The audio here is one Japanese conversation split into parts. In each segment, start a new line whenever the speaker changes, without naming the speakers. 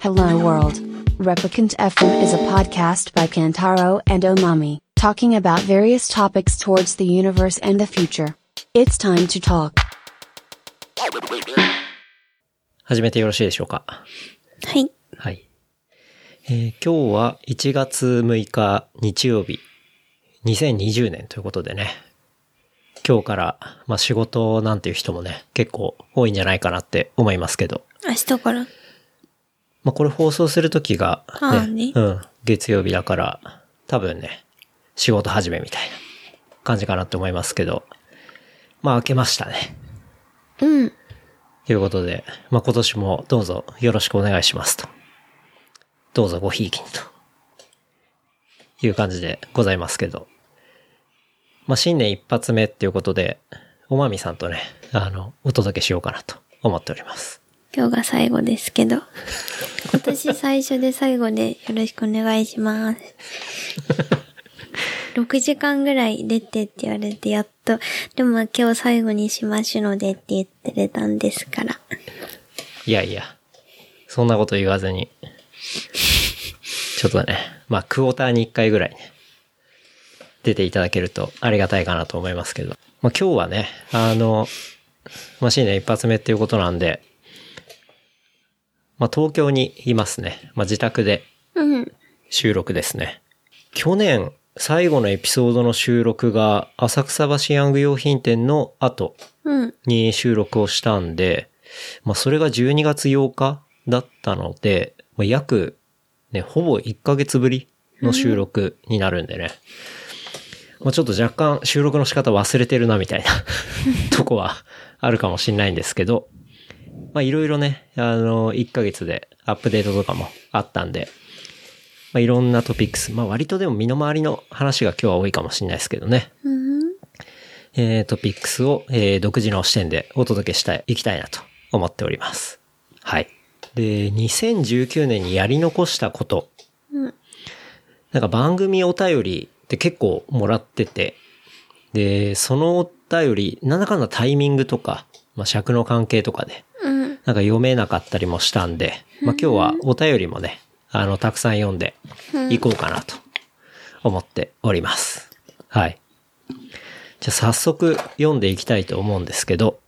Hello World. Replicant FM is a podcast by Kantaro and Omami, talking about various topics towards the universe and the future. It's time to talk.
始めてよろしいでしょうか。
はい。
はい。えー今日は1月6日日曜日、2020年ということでね、今日から、まあ、仕事なんていう人もね、結構多いんじゃないかなって思いますけど、
明日から。
まあ、これ放送するときが、
あーね
うん、月曜日だから、多分ね、仕事始めみたいな感じかなって思いますけど、まあ、明けましたね。
うん。
ということで、まあ、今年もどうぞよろしくお願いしますと。どうぞごひいきにと。いう感じでございますけど。まあ、新年一発目っていうことで、おまみさんとね、あの、お届けしようかなと思っております。
今日が最後ですけど。今年最初で最後でよろしくお願いします。6時間ぐらい出てって言われてやっと、でも今日最後にしますのでって言ってれたんですから。
いやいや、そんなこと言わずに、ちょっとね、まあ、クォーターに一回ぐらいね、出ていただけるとありがたいかなと思いますけど。まあ、今日はね、あの、まあ、新年一発目っていうことなんで、まあ、東京にいますね。まあ、自宅で
うん。
収録ですね。去年、最後のエピソードの収録が、浅草橋ヤング用品店の後
うん。
に収録をしたんで、まあ、それが12月8日だったので、まあ、約、ね、ほぼ1ヶ月ぶりの収録になるんでね。まあ、ちょっと若干収録の仕方忘れてるなみたいなとこはあるかもしんないんですけど、まあ、いろいろね、あの、1ヶ月でアップデートとかもあったんで、まあ、いろんなトピックス、まあ、割とでも身の回りの話が今日は多いかもしんないですけどね。
うん。
えートピックスを、えー独自の視点でお届けしたい、いきたいなと思っております。はい。で、2019年にやり残したこと。
うん
なんか番組お便りって結構もらってて、で、そのお便り、何らかのタイミングとか、まあ、尺の関係とかで、
うん。
なんか読めなかったりもしたんで、まあ、今日はお便りもね、あの、たくさん読んでいこうかなと思っております。はい。じゃあ早速読んでいきたいと思うんですけど、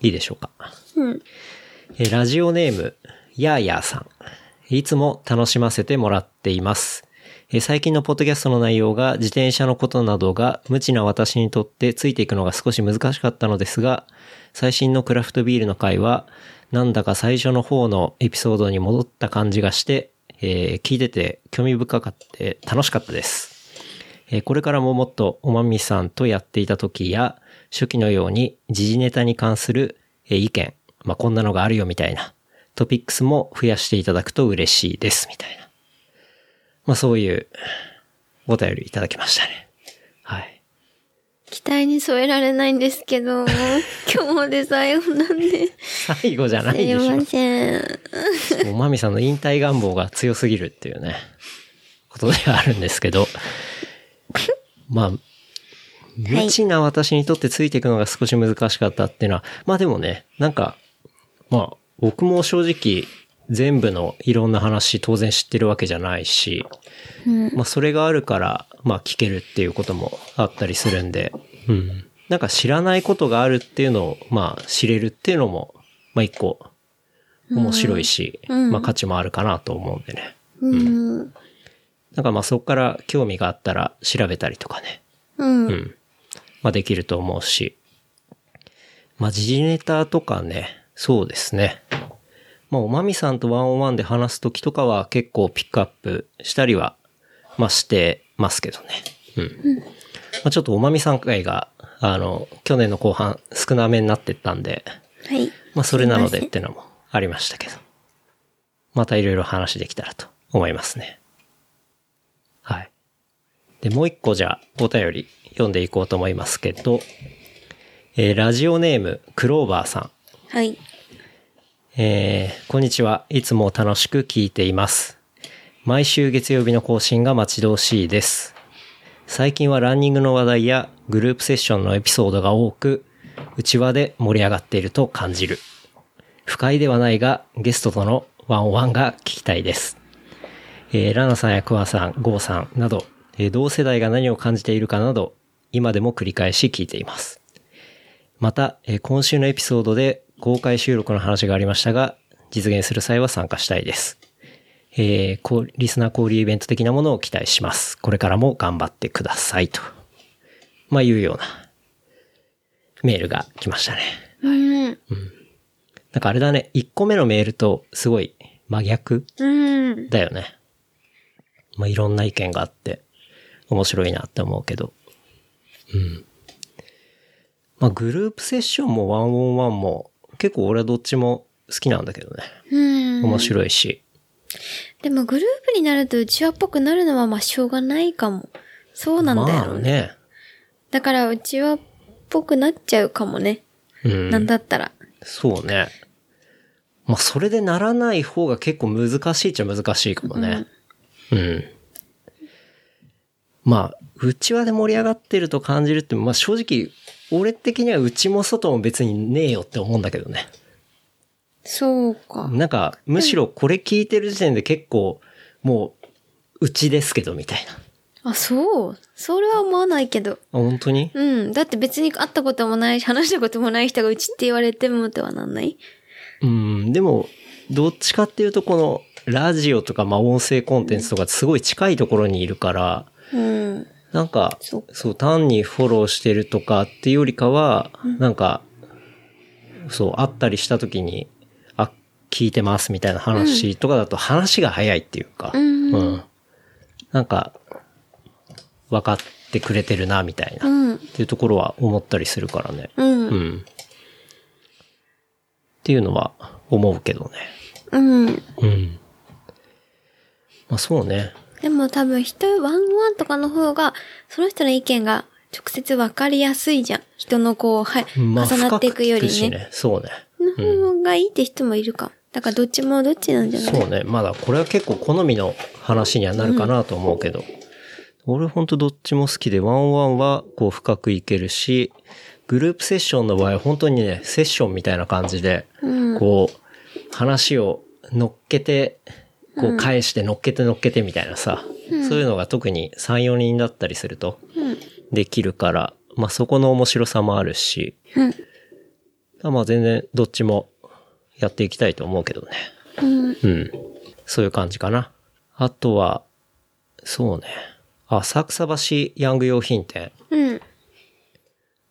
いいでしょうか。
うん。
えーラジオネーム、やーやーさん。いつも楽しませてもらっています。えー最近のポッドキャストの内容が自転車のことなどが無知な私にとってついていくのが少し難しかったのですが、最新のクラフトビールの回は、なんだか最初の方のエピソードに戻った感じがして、えー聞いてて興味深かって楽しかったです。えーこれからももっとおまみさんとやっていた時や、初期のように時事ネタに関するえー意見、まあ、こんなのがあるよみたいなトピックスも増やしていただくと嬉しいですみたいな。まあ、そういうお便りいただきましたね。はい。
期待に添えられないんですけ ど、今日で最後なんで。
最後じゃな
す
いで
い
し
ま
ょ。
せん。
もうまみさんの引退願望が強すぎるっていうね、ことではあるんですけど。 まあ、
はい
無知な私にとってついていくのが少し難しかったっていうのは、まあでもね、なんか、まあ、僕も正直、全部のいろんな話当然知ってるわけじゃないし、
うん。
まあそれがあるから、まあ聞けるっていうこともあったりするんで、うん。なんか知らないことがあるっていうのを、まあ知れるっていうのも、まあ一個、面白いし、
うん
まあ価値もあるかなと思うんでね。
うん。
なんかまあそこから興味があったら調べたりとかね、
うん。
うん。まあできると思うし。まあ時事ネタとかね、そうですね。まあおまみさんとワンオンワンで話すときとかは結構ピックアップしたりは、まあしてますけどね。うん。まあちょっとおまみさん会が、あの、去年の後半少なめになってったんで、
はい。
まあそれなのです
いません
ってのもありましたけど。またいろいろ話できたらと思いますね。はい。で、もう一個じゃあお便り読んでいこうと思いますけど、えーラジオネームクローバーさん。
はい。
えーこんにちは。いつも楽しく聞いています。毎週月曜日の更新が待ち遠しいです。最近はランニングの話題やグループセッションのエピソードが多く、内輪で盛り上がっていると感じる。不快ではないが、ゲストとの101が聞きたいです。えーラナさんやクワさん、ゴーさんなど、えー同世代が何を感じているかなど、今でも繰り返し聞いています。また、えー今週のエピソードで公開収録の話がありましたが、実現する際は参加したいです。えーこうリスナー交流イベント的なものを期待します。これからも頑張ってくださいと。まあ、いうようなメールが来ましたね。
うん。
なんかあれだね、1個目のメールとすごい真逆
うん。
だよね。まあ、いろんな意見があって、面白いなって思うけど。うん。まあ、グループセッションもワンオンワンも、結構俺はどっちも好きなんだけどね。
うん。
面白いし。
でもグループになるとうちわっぽくなるのはまあしょうがないかも。そうなんだよ
まあ
ね。
ね。
だからうちわっぽくなっちゃうかもね。
うん。
なんだったら。
そうね。まあ、それでならない方が結構難しいっちゃ難しいかもね。うん。まあ、うちわで盛り上がってると感じるって、まあ正直、俺的にはうちも外も別にねえよって思うんだけどね。
そうか。
なんか、むしろこれ聞いてる時点で結構、もう、うちですけどみたいな。
あ、そう。それは思わないけど。
あ、本当に
うん。だって別に会ったこともないし、話したこともない人がうちって言われてもとはなんない
うん、でも、どっちかっていうとこの、ラジオとか、まあ音声コンテンツとかすごい近いところにいるから、
うん。
なんか、
そ
そうう単にフォローしてるとかっていうよりかは、なんか、そう、会ったりした時に、あ、聞いてますみたいな話とかだと話が早いっていうか、
うん
なんか、分かってくれてるな、みたいうな、っ
ん。
ていうところは思ったりするからね。
う。
うんん。っていうのは思うけどね。
うん。
うん。まあそうね。
でも多分人ワンワンとかの方が、その人の意見が直接わかりやすいじゃん。人のこう、はい、
まあ
重なっていくより
深聞
ね。
くしねそうね。
の方がいいって人もいるかも。だからどっちもどっちなんじゃない
そうね。まだこれは結構好みの話にはなるかなと思うけど。俺ほんとどっちも好きで、ワンワンはこう深くいけるし、グループセッションの場合本当にね、セッションみたいな感じで、
うん。
こう、話を乗っけて、こう返して乗っけて乗っけてみたいなさ、そういうのが特に3、4人だったりすると
うん。
できるから、まあそこの面白さもあるし、
うん。
まあ全然どっちもやっていきたいと思うけどね。
うん。
うん。そういう感じかな。あとは、そうね。浅草橋ヤング用品店。
うん。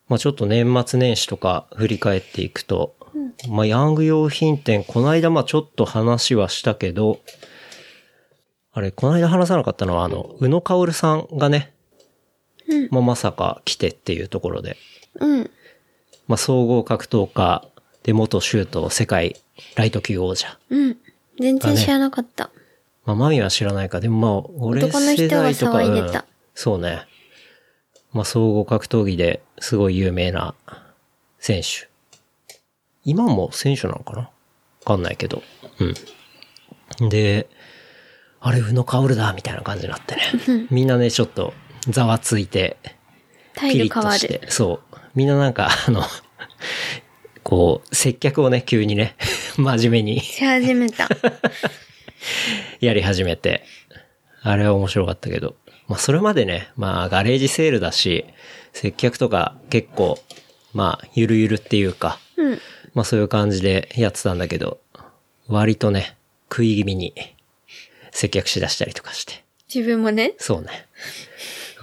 まあちょっと年末年始とか振り返っていくと、まあヤング用品店、この間まあちょっと話はしたけど、あれ、この間話さなかったのは、あの、宇野薫さんがね、
うん
まあまさか来てっていうところで、
うん。
まあ総合格闘家で元シュート世界ライト級王者。
うん。全然知らなかった。
まあ、マミは知らないか。でもまあ、俺
男の人
世代とか、
が騒いで
うん
た
そうね。まあ、総合格闘技ですごい有名な選手。今も選手なのかなわかんないけど。うん。で、あれ、宇野薫だみたいな感じになってね。 みんなね、ちょっと、ざわついて、
タイ
ピ
ル
リッ
変
と
わ
し
る。
て。そう。みんななんか、あの、こう、接客をね、急にね、 真面目に。
し始め た。
やり始めて。あれは面白かったけど。まあ、それまでね、まあ、ガレージセールだし、接客とか結構、まあ、ゆるゆるっていうか、
うん。
まあ、そういう感じでやってたんだけど、割とね、食い気味に接客しだしたりとかして。
自分もね。
そうね。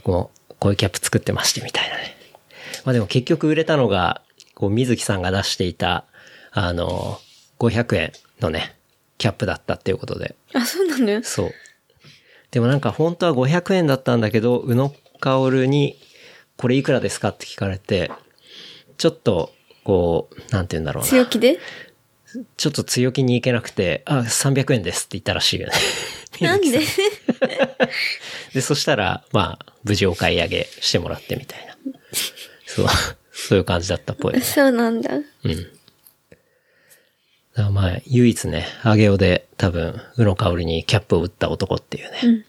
こう、こういうキャップ作ってましてみたいなね。まあでも結局売れたのが、こう、水木さんが出していた、あの、500円のね、キャップだったっていうことで、
あ、そうなのよ。
そう。でもなんか本当は500円だったんだけど、宇野薫に、これいくらですかって聞かれて、ちょっと、こう、なんて言うんだろう
強
な。
気で
ちょっと強気にいけなくて、あ、300円ですって言ったらしいよね。
なんで
で、そしたら、まあ、無事お買い上げしてもらってみたいな。そう、そういう感じだったっ ぽい。
そうなんだ。
だからまあ、唯一ね、アゲオで多分、宇野香織にキャップを打った男っていうね。
ん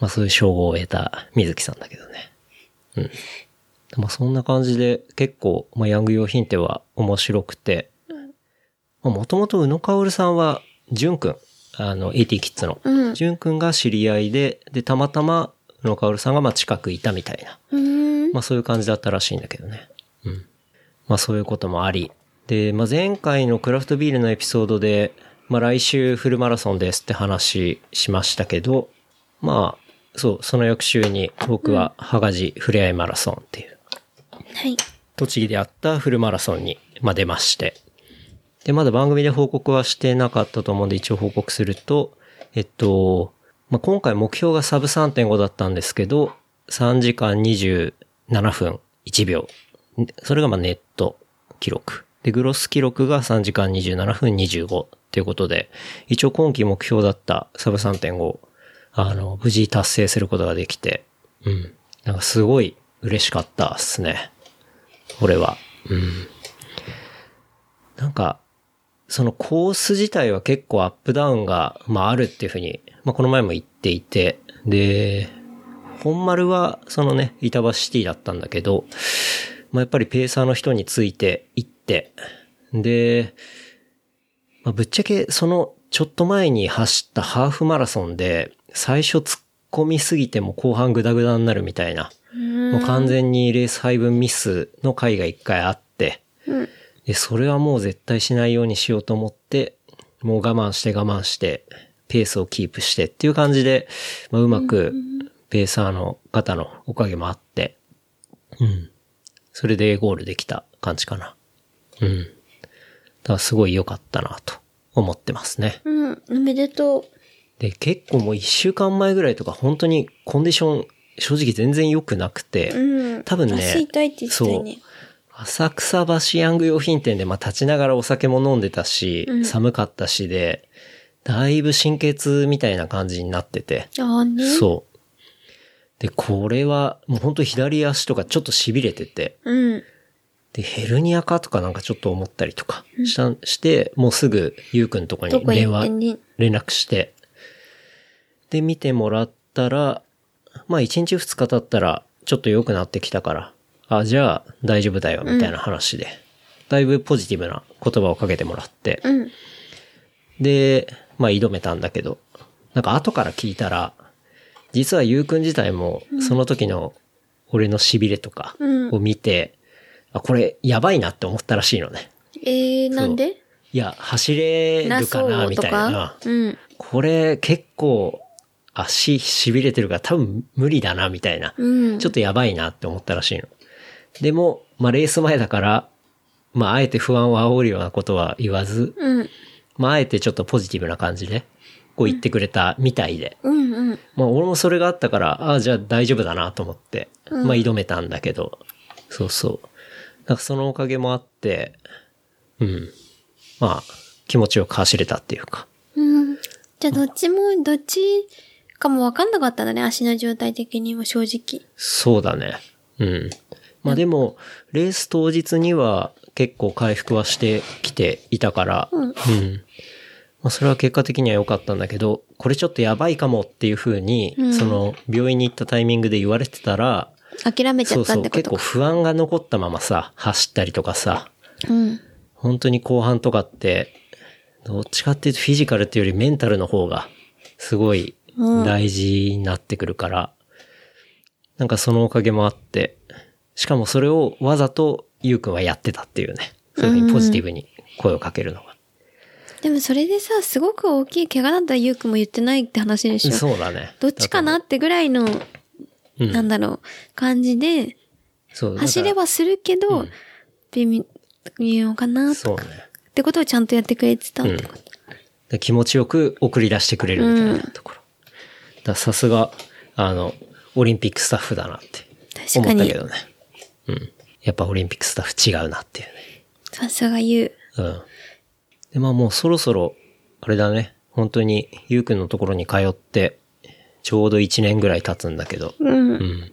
まあ、そういう称号を得た水木さんだけどね。うん。まあ、そんな感じで、結構、まあ、ヤング用品店は面白くて、まあ、もともと宇野香織さんは、ジュンくん、あの、AT キッズの。
うん
ジュンくんが知り合いで、で、たまたま、野川さんがまあ近くいたみたいな。
うーん。
まあそういう感じだったらしいんだけどね。うん。まあそういうこともあり。で、まあ前回のクラフトビールのエピソードで、まあ来週フルマラソンですって話しましたけど、まあ、そう、その翌週に僕はハガジふれあいマラソンっていう、
はい。
栃木であったフルマラソンに、まあ、出まして。で、まだ番組で報告はしてなかったと思うんで一応報告すると、えっと、まあ、今回目標がサブ3.5だったんですけど、3時間27分1秒。んそれがまあネット記録。で、グロス記録が3時間27分25ということで、一応今期目標だったサブ3.5、あの、無事達成することができて、うん。なんかすごい嬉しかったっすね。俺は。うん。なんか、そのコース自体は結構アップダウンが、まああるっていうふうに、まあこの前も言っていて、で、本丸はそのね、板橋シティだったんだけど、まあやっぱりペーサーの人について行って、で、まあ、ぶっちゃけそのちょっと前に走ったハーフマラソンで、最初突っ込みすぎても後半グダグダになるみたいな、
うーん。
もう完全にレース配分ミスの回が一回あって、
うん。
で、それはもう絶対しないようにしようと思って、もう我慢して我慢して、ペースをキープしてっていう感じで、まあ、うまく、ペーサーの方のおかげもあって、うん。それでゴールできた感じかな。うん。だからすごい良かったなと思ってますね。
うん。おめでと
で、結構もう一週間前ぐらいとか本当にコンディション正直全然良くなくて、
う。うん。
多分ね
足痛いって言ってたよね。
浅草橋ヤング用品店で、まあ、立ちながらお酒も飲んでたし、
うん
寒かったしで、だいぶ神経痛みたいな感じになってて、
ああね。
そう。で、これは、もう本当左足とかちょっと痺れてて、
う。うん。
で、ヘルニアかとかなんかちょっと思ったりとかした、して、もうすぐ、ゆうくんとこ
ど
に
こ
電
行っ
話
て、ね。
連絡して、で、見てもらったら、まあ1日2日経ったら、ちょっと良くなってきたから、あ、じゃあ大丈夫だよ、みたいな話で、だいぶポジティブな言葉をかけてもらって、
うん。
で、まあ挑めたんだけど、なんか後から聞いたら、実はゆうくん自体も、その時の俺の痺れとか
うん
を見て、あ、これやばいなって思ったらしいのね。
えー、なんで
いや、走れるかな、みたいな。
うん。
これ結構足痺れてるから多分無理だなみたいな。
うん。
ちょっとやばいなって思ったらしいの。でも、まあレース前だから、まああえて不安を煽るようなことは言わず、
うん。
まああえてちょっとポジティブな感じで、こう言ってくれたみたいで。
うんうん。
まあ俺もそれがあったから、ああじゃあ大丈夫だなと思って、まあ挑めたんだけど、そうそう。なんかそのおかげもあって、うん。まあ気持ちよく走れたっていうか。
うん。じゃあ、どっちも、どっちかも分かんなかったんだね、足の状態的にも正直。
そうだね。うん。まあでも、レース当日には結構回復はしてきていたから、
うん
まあそれは結果的には良かったんだけど、これちょっとやばいかもっていう風に、
うん
その病院に行ったタイミングで言われてたら、
諦めちゃ
そう
った
そ
っ
う、
てこ
結
と
構
か。
不安が残ったままさ、走ったりとかさ、
うん。
本当に後半とかって、どっちかっていうとフィジカルっていうよりメンタルの方がすごい大事になってくるから、なんかそのおかげもあって、しかもそれをわざとゆうくんはやってたっていうね。そういうふうにポジティブに声をかけるのが。
でもそれでさ、すごく大きい怪我だったらゆうくんも言ってないって話でしょ。
そうだね。
どっちかなってぐらいの、
うん
なんだろう、感じで、
そう
走れ
ば
はするけど、微妙微妙かな
そう
と
ね
か。。ってことをちゃんとやってくれてたっ
うん
てこと。
で気持ちよく送り出してくれるみたいなところ。だからさすが、あの、オリンピックスタッフだなって思
確か
ったけ
に、
どね。うん。やっぱオリンピックスタッフ違うなっていうね。
さすがゆう。
うん。で、まあもうそろそろ、あれだね。本当に、ゆうくんのところに通って、ちょうど1年ぐらい経つんだけど、
うん。
うん。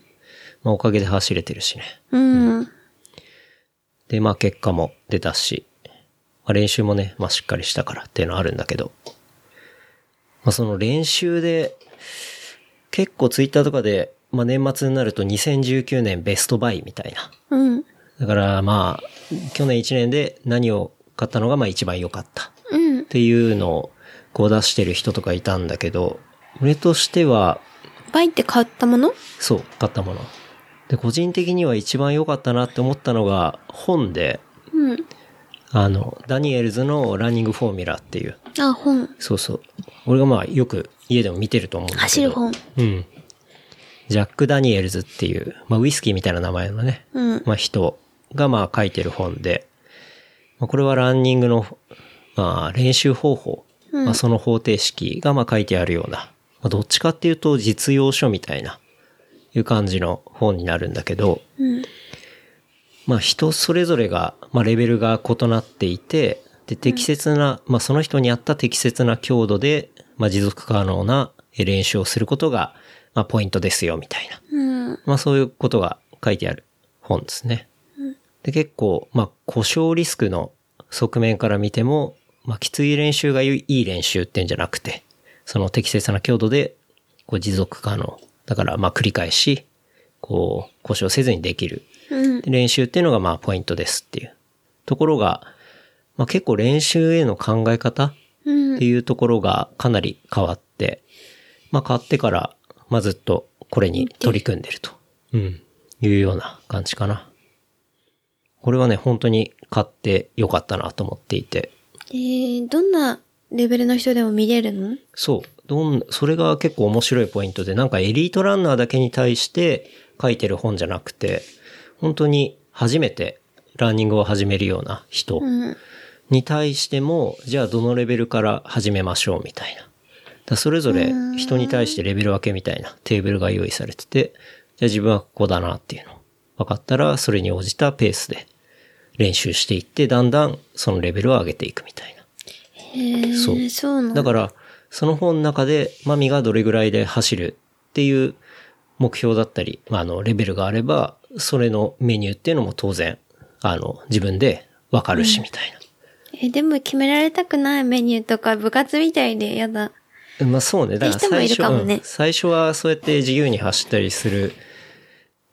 まあおかげで走れてるしね。
うん。
で、まあ結果も出たし、まあ練習もね、まあしっかりしたからっていうのはあるんだけど、まあその練習で、結構ツイッターとかで、まあ年末になると2019年ベストバイみたいな
うん。
だからまあ、去年1年で何を買ったのがまあ一番良かったっ
うん。
ていうのを、こう出してる人とかいたんだけど、俺としては、
バイって買ったもの
そう、買ったもの。で、個人的には一番良かったなって思ったのが、本で、
うん。
あの、ダニエルズのランニングフォーミュラっていう、
あ、本。
そうそう。俺がまあよく家でも見てると思うんだけど。
走る本。
うん。ジャック・ダニエルズっていう、まあウイスキーみたいな名前のね、
うん。
まあ人がまあ書いてる本で、まあこれはランニングの、まあ練習方法、
うん
まあその方程式がまあ書いてあるような、まあどっちかっていうと実用書みたいな、いう感じの本になるんだけど、
うん。
まあ人それぞれが、まあレベルが異なっていて、で、適切な、まあその人に合った適切な強度で、まあ持続可能なえ練習をすることが、まあポイントですよ、みたいな。
うん。
まあそういうことが書いてある本ですね。で、結構、まあ故障リスクの側面から見ても、まあきつい練習がいい練習ってんじゃなくて、その適切な強度で、こう持続可能。だから、まあ繰り返し、こう、故障せずにできる
うん。
練習っていうのがまあポイントですっていうところが、まあ、結構練習への考え方っ
うん。
ていうところがかなり変わって、まあ変わってから、まあずっとこれに取り組んでると。うん。いうような感じかな。これはね、本当に買ってよかったなと思っていて。
えー、どんなレベルの人でも見れるの
そう。どん、それが結構面白いポイントで、なんかエリートランナーだけに対して書いてる本じゃなくて、本当に初めてランニングを始めるような人
うん。
に対しても、じゃあどのレベルから始めましょうみたいな。だからそれぞれ人に対してレベル分けみたいなテーブルが用意されてて、じゃあ自分はここだなっていうの。分かったら、それに応じたペースで練習していって、だんだんそのレベルを上げていくみたいな。
えー、
そ
そううそうな
だ
の
から、その本の中で、マミがどれぐらいで走るっていう目標だったり、まあ、あの、レベルがあれば、それのメニューっていうのも当然、あの、自分で分かるし、みたいな。
えー、でも決められたくないメニューとか部活みたいでやだ。
まあそうね。だから
って人も
最
いる
初
かもね
うん最初はそうやって自由に走ったりする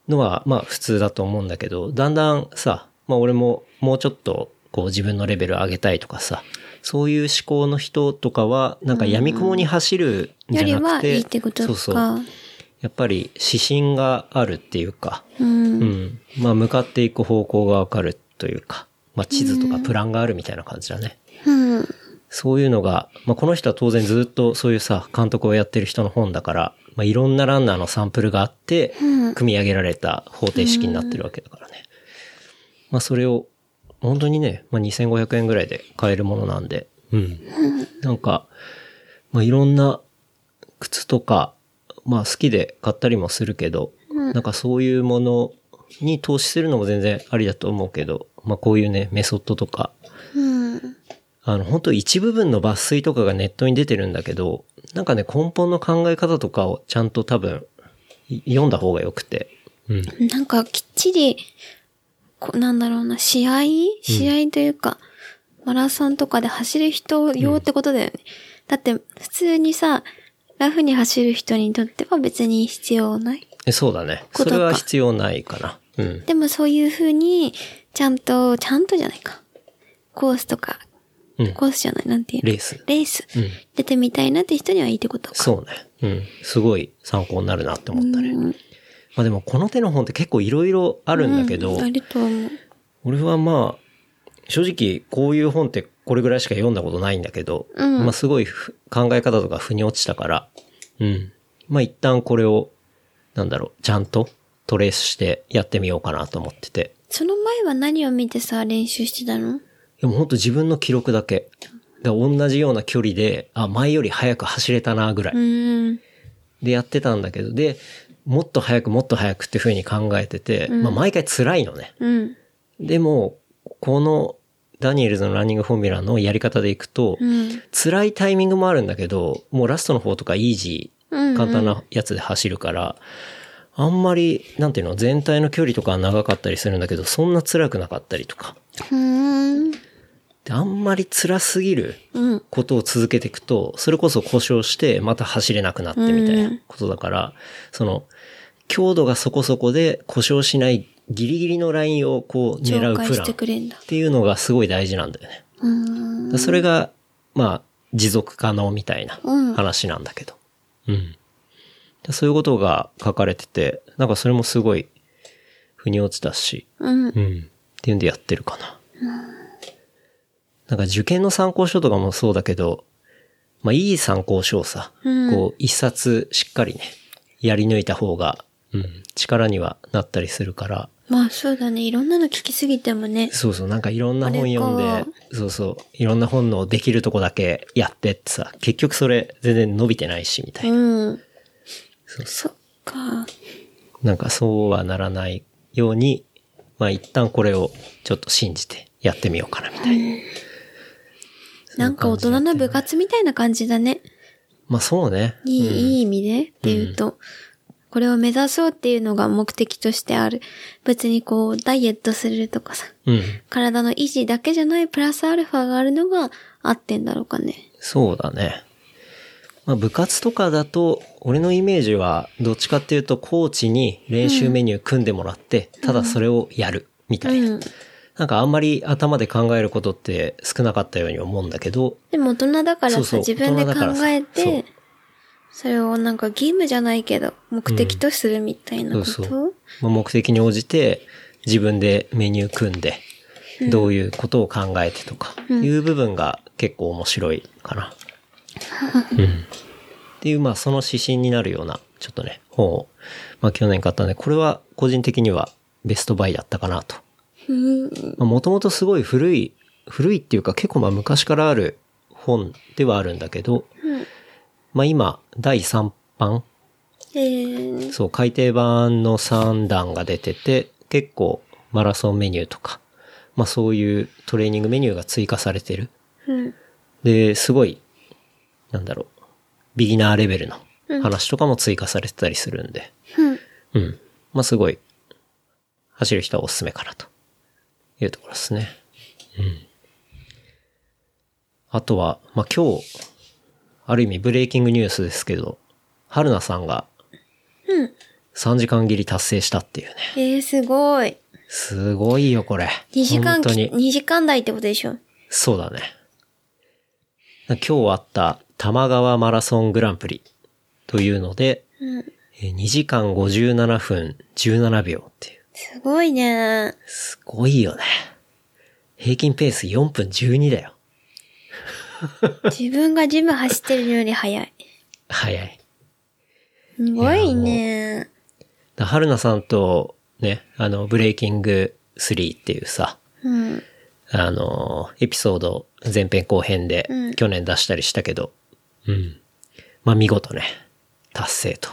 のは、まあ普通だと思うんだけど、だんだんさ、まあ俺ももうちょっとこう自分のレベル上げたいとかさ、そういう思考の人とかは、なんか闇雲に走るんじ
より
ゃな
は
くて、
いいってことか。
そうそう。やっぱり指針があるっていうか、
うん。
うん。まあ向かっていく方向がわかるというか、まあ地図とかプランがあるみたいな感じだね。
うん。
そういうのが、まあ、この人は当然ずっとそういうさ、監督をやってる人の本だから、まあ、いろんなランナーのサンプルがあって、組み上げられた方程式になってるわけだからね。まあ、それを、本当にね、まあ、2500円ぐらいで買えるものなんで、うん。なんか、まあ、いろんな靴とか、まあ、好きで買ったりもするけど、なんかそういうものに投資するのも全然ありだと思うけど、まあ、こういうね、メソッドとか、
うん。
あの、本当一部分の抜粋とかがネットに出てるんだけど、なんかね、根本の考え方とかをちゃんと多分、い読んだ方がよくて。うん。
なんかきっちり、こうなんだろうな、試合試合というか、マラソンとかで走る人用ってことだよね。だって、普通にさ、ラフに走る人にとっては別に必要ない。
えそうだね。そ
ことか
れは必要ないかな。うん。
でもそういう風に、ちゃんと、ちゃんとじゃないか。コースとか、
うん
コースじゃない、なんていうの
レース。
レース、
うん。
出てみたいなって人にはいいってことか。
そうね。うん。すごい参考になるなって思ったね。まあでも、この手の本って結構いろいろあ
あ
るんだけど、
あると思う。
俺はまあ、正直こういう本ってこれぐらいしか読んだことないんだけど、
うん
まあすごいふ考え方とか腑に落ちたから、うん。まあ一旦これを、なんだろう、ちゃんとトレースしてやってみようかなと思ってて。
その前は何を見てさ、練習してたの
でも本当自分の記録だけ。だから同じような距離で、あ、前より速く走れたなぐらい。
うん。
でやってたんだけど、で、もっと速くもっと速くって風に考えてて、まあ毎回辛いのね。
うん。
でも、このダニエルズのランニングフォーミュラのやり方でいくと、
うん。
辛いタイミングもあるんだけど、もうラストの方とかイージ
うんう
ー、
ん
簡単なやつで走るから、あんまり、なんていうの、全体の距離とかは長かったりするんだけど、そんな辛くなかったりとか。
ふーん。
であんまり辛すぎる
うん。
ことを続けていくと、それこそ故障して、また走れなくなってみたいなことだから、その、強度がそこそこで故障しないギリギリのラインをこう狙
紹
う
介
プ
し
ラン
て
っ
くれんだ。
ていうのがすごい大事なんだよね。
うーん。
それが、まあ、持続可能みたいな
うん
話なんだけど。うん。でそういうことが書かれてて、なんかそれもすごい、腑に落ちたし、
う
うん。
ん。
っていうんでやってるかな。なんか受験の参考書とかもそうだけど、まあいい参考書をさ、
うん
こう一冊しっかりね、やり抜いた方が、うん、力にはなったりするから、
まあそうだね。いろんなの聞きすぎてもね。
そうそう、なんかいろんな本読ん
あれか
で、そうそう、いろんな本のできるとこだけやってってさ、結局それ全然伸びてないし、みたいな。
うん。
そうそ
そっか。
うなんかそうはならないように、まあ一旦これをちょっと信じてやってみようかな、みたいな。
なんか大人の部活みたいな感じだね。
まあそうね。
いい、いい意味でっていうと、これを目指そうっていうのが目的としてある。別にこう、ダイエットするとかさ、
うん。
体の維持だけじゃないプラスアルファがあるのが合ってんだろうかね。
そうだね。まあ部活とかだと、俺のイメージは、どっちかっていうと、コーチに練習メニュー組んでもらって、ただそれをやる、みたいな。
うん
なんかあんまり頭で考えることって少なかったように思うんだけど、
でも大人だからさ、
そうそう
自分で
大人だから
考
さ
え
そ
て
う、
それをなんか義務じゃないけど、目的とするみたいなこと、
そうそうまあ目的に応じて、自分でメニュー組んで、どういうことを考えてとか、いう部分が結構面白いか な。うんっていう、まあその指針になるような、ちょっとね、本を、まあ去年買ったんで、これは個人的にはベストバイだったかなと。
うん
もともとすごい古い、古いっていうか結構まあ昔からある本ではあるんだけど、
うん
まあ今、第3版
えー、
そう、改訂版の3段が出てて、結構マラソンメニューとか、まあそういうトレーニングメニューが追加されてる。
うん。
で、すごい、なんだろう、ビギナーレベルの話とかも追加されてたりするんで、
うん。
うん。まあすごい、走る人はおすすめかなというところですね。うん。あとは、まあ今日、ある意味ブレイキングニュースですけど、春菜さんが
うん。
3時間切り達成したっていうね。
えー、すごい。
すごいよ、これ。
2時間
本当に。
2時間台ってことでしょ。
そうだね。今日あった多摩川マラソングランプリというので、
うん。
えー2時間57分17秒っていう。
すごいね。
すごいよね。平均ペース4分12だよ。
自分がジム走ってるより早い。
早い。
すごいね。
だ春菜さんとね、あの、ブレイキング3っていうさ、
うん。
あの、エピソード前編後編で
うん
去年出したりしたけど、うん。まあ見事ね、達成と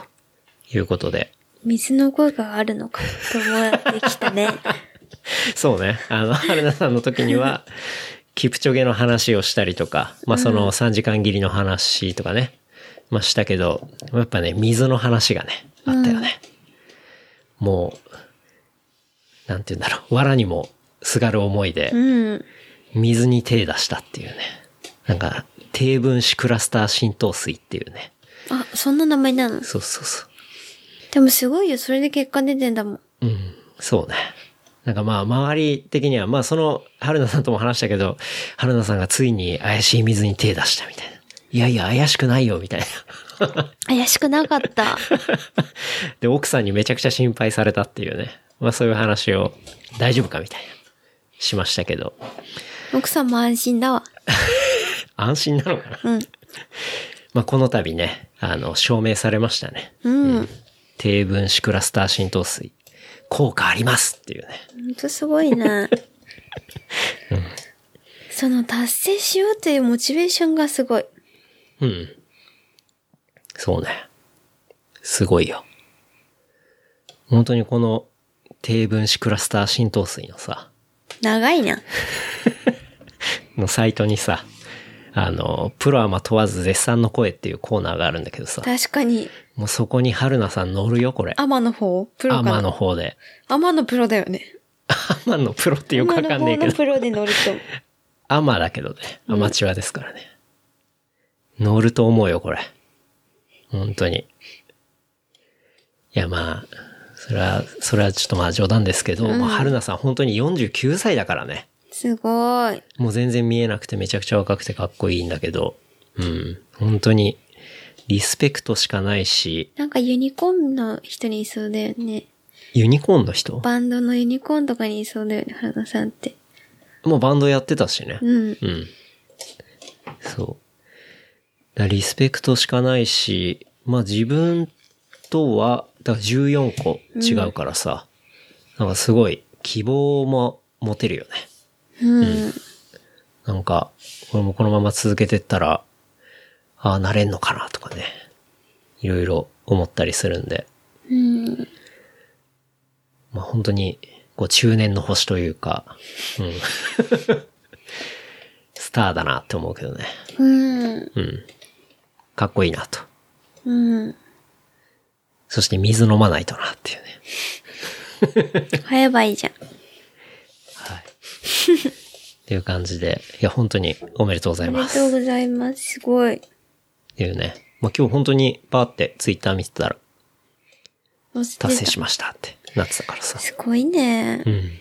いうことで。
水の声があるのかと思ってきた ね。
そうね。あ の、春菜さんの時には、キプチョゲの話をしたりとか、まあその3時間切りの話とかね、まあしたけど、やっぱね、水の話がね、あったよね。もう、なんて言うんだろう、藁にもすがる思いで、
うん。
水に手出したっていうね。なんか、低分子クラスター浸透水っていうね。
あ、そんな名前なの
そうそうそ
でもすごいよ。それで結果出てんだもん。
う。うん。そうね。なんかまあ、周り的には、まあその、春菜さんとも話したけど、春菜さんがついに怪しい水に手出したみたいな。いやいや、怪しくないよ、みたいな。
怪しくなかった。
で、奥さんにめちゃくちゃ心配されたっていうね。まあそういう話を、大丈夫かみたいな。しましたけど。
奥さんも安心だわ。
安心なのかな
うん。
まあこの度ね、あの、証明されましたね。
うん。
低分子クラスター浸透水、効果ありますっていうね。
ほんとすごいな。その達成しようというモチベーションがすごい。
うん。そうね。すごいよ。本当にこの低分子クラスター浸透水のさ、
長いな。
のサイトにさ、あの、プロアマ問わず絶賛の声っていうコーナーがあるんだけどさ、
確かに。
もうそこに春菜さん乗るよ、これ。
アマの方プロか
アマ
な
の方で。
アマのプロだよね。
アマのプロってよくわかんねえけど
アマの方の、プロで乗ると思う。
アマだけどね、アマチュアですからね。乗ると思うよ、これ。本当に。いや、まあ、それは、それはちょっとまあ冗談ですけど、まあ、春菜さん本当に49歳だからね。
すごい。
もう全然見えなくてめちゃくちゃ若くてかっこいいんだけど、うん。本当に、リスペクトしかないし、
なんかユニコーンの人にいそうだよね。
ユニコーンの人
バンドのユニコーンとかにいそうだよね、原田さんって。
もうバンドやってたしね。
うん。
うん。そう。だリスペクトしかないし、まあ自分とは、だから14個違うからさ、なんかすごい希望も持てるよね。
うん。
なんか、これもこのまま続けてったら、ああ、なれんのかなとかね。いろいろ思ったりするんで、
うん。
まあ本当に、こう中年の星というか、うん。 スターだなって思うけどね。
うん。
うん。かっこいいなと。
うん。
そして水飲まないとなっていうね。
買えばいいじゃん。
はい。っていう感じで、いや、本当におめでとうござい
ありが
ます。
とう
っ
ございます。すごい。
ていうね。まあ、今日本当にバーってツイッター見てたら、
達成
達成しましたってなってたからさ。
すごいね
う。ん。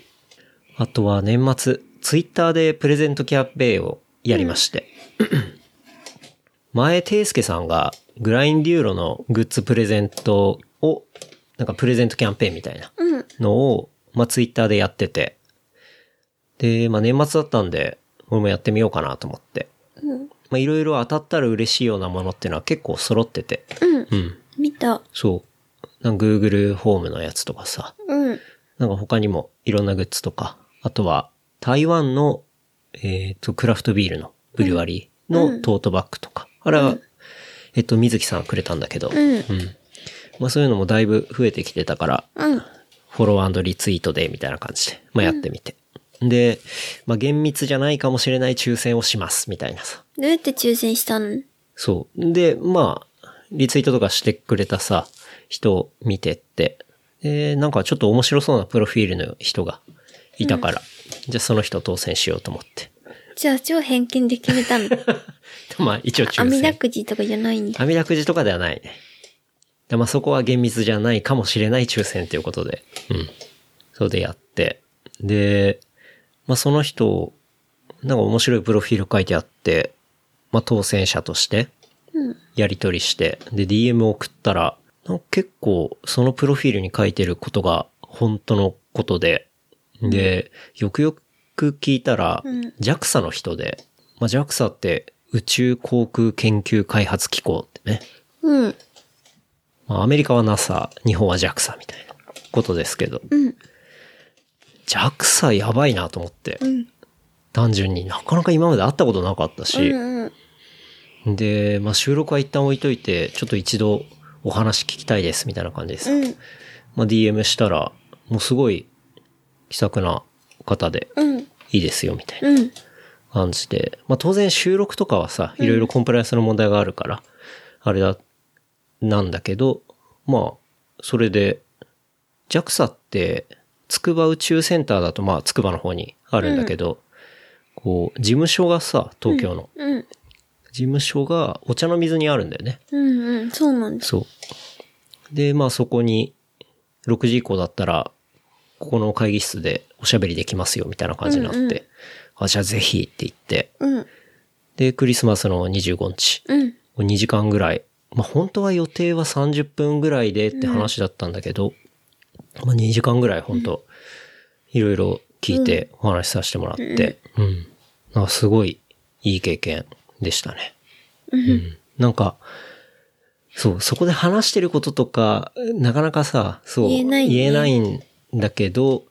あとは年末、ツイッターでプレゼントキャンペーンをやりまして。前、ていすけさんがグラインデューロのグッズプレゼントを、なんかプレゼントキャンペーンみたいな
うん。
のを、まあ、ツイッターでやってて。で、まあ、年末だったんで、俺もやってみようかなと思って。
うん。
まあ、いろいろ当たったら嬉しいようなものっていうのは結構揃ってて。
うん。
うん。
見た。
そう。なんか Google ホームのやつとかさ。
うん。
なんか他にもいろんなグッズとか。あとは、台湾の、えっ、と、クラフトビールのブリュワリーのトートバッグとか。あれは、えっと、水木さんくれたんだけど。
うん。
まあ、そういうのもだいぶ増えてきてたから、
うん。
フォローリツイートで、みたいな感じで、まあ、やってみて。で、まあ、厳密じゃないかもしれない抽選をします、みたいなさ。
どうやって抽選したの
そう。で、まあ、リツイートとかしてくれたさ、人を見てって、で、なんかちょっと面白そうなプロフィールの人がいたから、じゃあその人を当選しようと思って。
じゃあ超偏見で決め たの。
でまあ、一応抽
網だ
選。
くじとかじゃないんだ。
網だくじとかではないね。でまあ、そこは厳密じゃないかもしれない抽選ということで、うん。そうでやって。で、まあ、その人、なんか面白いプロフィール書いてあって、まあ、当選者として、
うん。
やり取りして、で、DM 送ったら、なんか結構、そのプロフィールに書いてることが本当のことで、で、よくよく聞いたら、
うん
JAXA の人で、まあ、JAXA って宇宙航空研究開発機構ってね、
うん。
まあ、アメリカは NASA、日本は JAXA みたいなことですけど、
うん。
JAXA やばいなと思って、
うん。
単純になかなか今まで会ったことなかったし、
うん。
で、まあ、収録は一旦置いといて、ちょっと一度お話聞きたいですみたいな感じです。
うん。
まあ、DM したら、もうすごい気さくな方で
うん。
いいですよみたいな
うん。
感じで、まあ、当然収録とかはさ、いろいろコンプライアンスの問題があるから、あれだ、なんだけど、まあ、それで、JAXA って、筑波宇宙センターだと、まあ、筑波の方にあるんだけど、こう、事務所がさ、東京の、
うん。
事務所がお茶の水にあるんだよね。
うん。うん。そうなんです。
そう。で、まあそこに、6時以降だったら、ここの会議室でおしゃべりできますよ、みたいな感じになって、
うんうん
あ、じゃあぜひって言って、
うん。
で、クリスマスの25日、
うん。
2時間ぐらい、まあ本当は予定は30分ぐらいでって話だったんだけど、まあ2時間ぐらい本当、いろいろ聞いてお話しさせてもらって、うん。なんかすごいいい経験でしたね。うんなんか、そう、そこで話してることとか、なかなかさ、そう、
言えないね
言えないんだけど、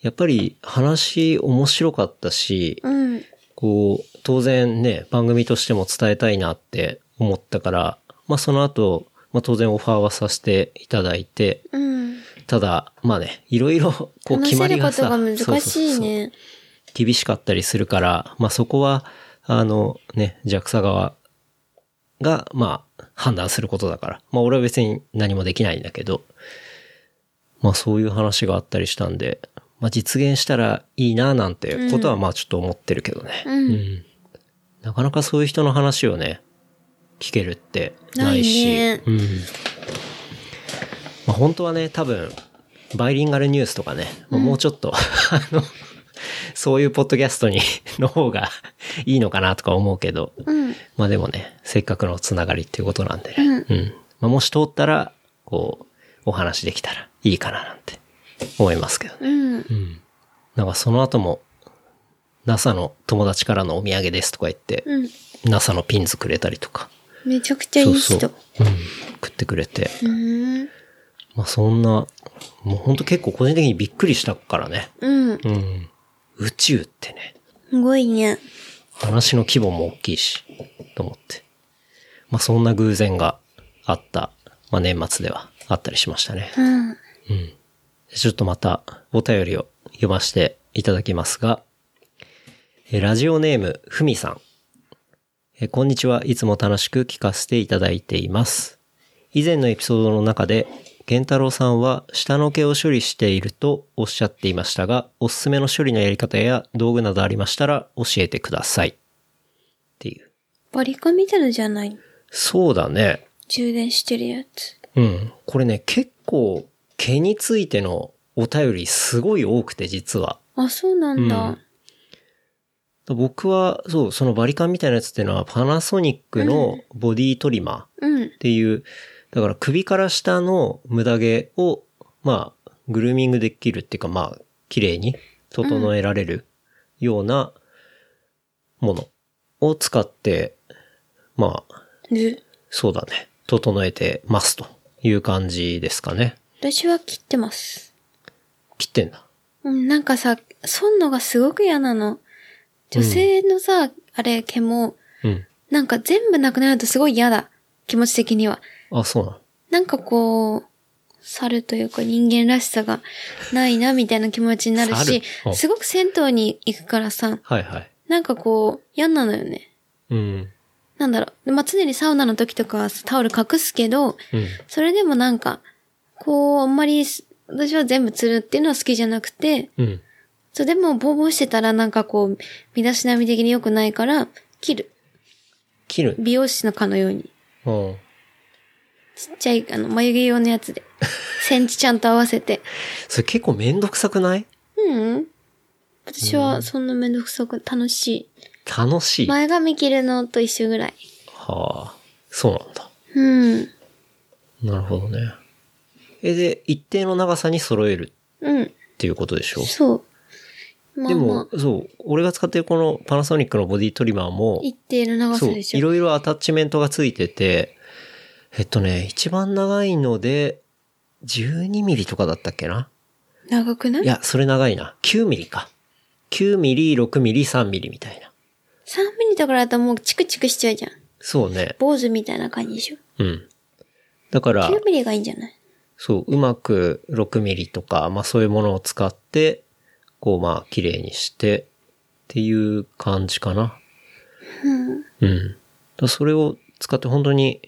やっぱり話面白かったし、
うん。
こう、当然ね、番組としても伝えたいなって思ったから、まあその後、まあ当然オファーはさせていただいて、
うん。
ただ、まあね、いろいろ、こう
話
決ま
せ
り
るこ
がさ、
とが難
そうそう
し
そう
い
そう
ね。
厳しかったりするから、まあそこは、あのね、JAXA 側が、まあ判断することだから、まあ俺は別に何もできないんだけど、まあそういう話があったりしたんで、まあ実現したらいいななんてことはまあちょっと思ってるけどね。
うん
なかなかそういう人の話をね、聞けるってないし、
ないね
うん。 まあ本当はね、多分、バイリンガルニュースとかね、もうちょっと、あの、そういうポッドキャストに、 の方がいいのかなとか思うけど、
うん。
まあでもね、せっかくのつながりっていうことなんでね。うん。まあ、もし通ったら、こう、お話できたらいいかななんて思いますけどね。
うん。
うん。なんかその後も、NASA の友達からのお土産ですとか言って、
うん。
NASA のピンズくれたりとか、
めちゃくちゃいい人。
そううそううん、食ってくれて、
ーん。
まあそんな、もうほんと結構個人的にびっくりしたからね。
うん。
うん。宇宙ってね、
すごいね。
話の規模も大きいし、と思って。まあそんな偶然があった、まあ年末ではあったりしましたね。
うん。
ちょっとまたお便りを読ませていただきますが、えーラジオネームふみさん。えーこんにちはいつも楽しく聞かせていただいています。以前のエピソードの中で、源太郎さんは下の毛を処理しているとおっしゃっていましたが、おすすめの処理のやり方や道具などありましたら教えてください。っていう。
バリカンみたいなのじゃない。
そうだね。
充電してるやつ。
うん。これね、結構毛についてのお便りすごい多くて実は。
あ、そうなんだ。
うん僕は、そう、そのバリカンみたいなやつっていうのは、パナソニックのボディトリマー
うん。
っていう、だから首から下のムダ毛を、まあ、グルーミングできるっていうか、まあ、綺麗に整えられるようなものを使って、まあ、
る。
そうだね、整えてますという感じですかね。
私は切ってます。
切ってんだ。
うん、なんかさ、そんのがすごく嫌なの。女性のさ、あれ、毛も、
うん。
なんか全部なくなるとすごい嫌だ。気持ち的には。
あ、そうなの。
なんかこう、猿というか人間らしさがないな、みたいな気持ちになるし
猿うん、
すごく銭湯に行くからさ、
はいはい。
なんかこう、嫌なのよね。
うん。
なんだろう。まあ、常にサウナの時とかはタオル隠すけど、
うん。
それでもなんか、こう、あんまりす、私は全部釣るっていうのは好きじゃなくて、
うん。
そう、でも、ボーボーしてたらなんかこう、身だしなみ的に良くないから、切る。
切る。
美容師のかのように。
うん。
ちっちゃい、あの、眉毛用のや つで。センチちゃんと合わせて。
それ結構めんどくさくない
うん。私はそんなめんどくさく楽し
楽し
い。
い。
前髪切るのと一緒ぐらい。
はあ、そうなんだ。
うん。
なるほどね。え、で、一定の長さに揃える
うん。
っていうことでしょ
そう。まあ
で
ま
も
あ、、
そう、俺が使ってるこのパナソニックのボディトリマーも、
一定の長さ
そう、
でし
い
ょ。
ろいろアタッチメントがついてて、えっとね、一番長いので、12ミリとかだったっけな
長くない
いや、それ長いな。9ミリか。9ミリ、6ミリ、3ミリみたいな。
?3 ミリとかだともうチクチクしちゃうじゃん。
そうね。
坊主みたいな感じでしょ。
うん。だから、
9ミリがいいんじゃない
そう、うまく6ミリとか、まあそういうものを使って、こうまあ綺麗にして、っていう感じかな。うん。だからそれを使って本当に、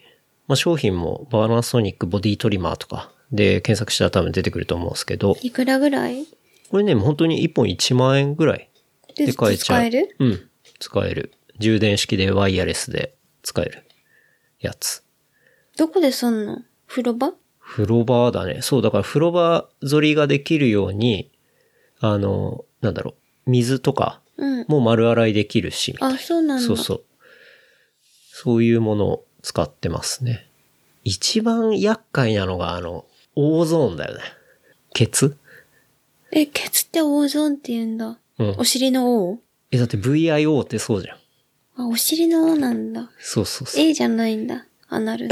まあ商品もバナソニックボディトリマーとかで検索したら多分出てくると思うんですけど、
いくらぐらい
これね、本当に1本1万円ぐらい
で
で買えちゃう。
使える
うん。使える。充電式でワイヤレスで使えるやつ。
どこでそんの風呂場
風呂場だね。そう、だから風呂場ぞりができるように、あの、なんだろう、水とか
うん。
も丸洗いできるし、みたい
あ、そう
な
な
ん
だ。
そうそう。そういうものを使ってますね。一番厄介なのが、あの、オーゾーンだよね。ケツ
え、ケツってオーゾンって言うんだ。
うん
お。尻の O?
え、だって VIO ってそうじゃん。
あ、お尻の O なんだ。
そうそうそう。
A じゃないんだ。アナル。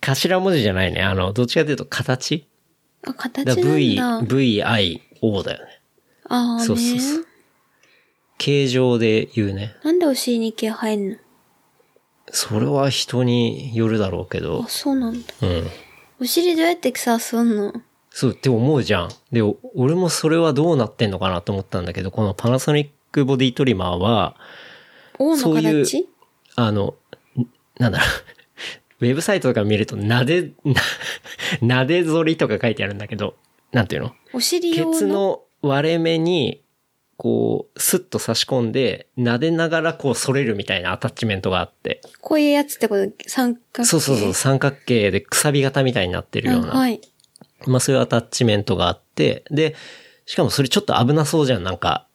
頭文字じゃないね。あの、どっちかというと形
あ、形
だから V、
なんだ。
VIO だよね。
ああ
そうそう
ね
そ。う。形状で言うね。
なんでお尻に毛生えん
それは人によるだろうけ
の
ど
あ、、そうなんだ。
うん。
お尻どうやってさ、そんの
そうって思うじゃん。で、お俺もそれはどうなってんのかなと思ったんだけど、このパナソニックボディトリマーは、
?O の
そういう
形
あの、んなんだろ う、ウェブサイトとか見ると、なで、 な、なでぞりとか書いてあるんだけど、なんていうの
お尻
ケ
用
ツ
の。
の割れ目に、こう、スッと差し込んで、撫でながらこう反れるみたいなアタッチメントがあって。
こういうやつってこと三角形。
そうそうそう、三角形でくさび型みたいになってるような。
あはい。
まあそういうアタッチメントがあっって、で、しかもそれちょっと危なそうじゃん、なんか、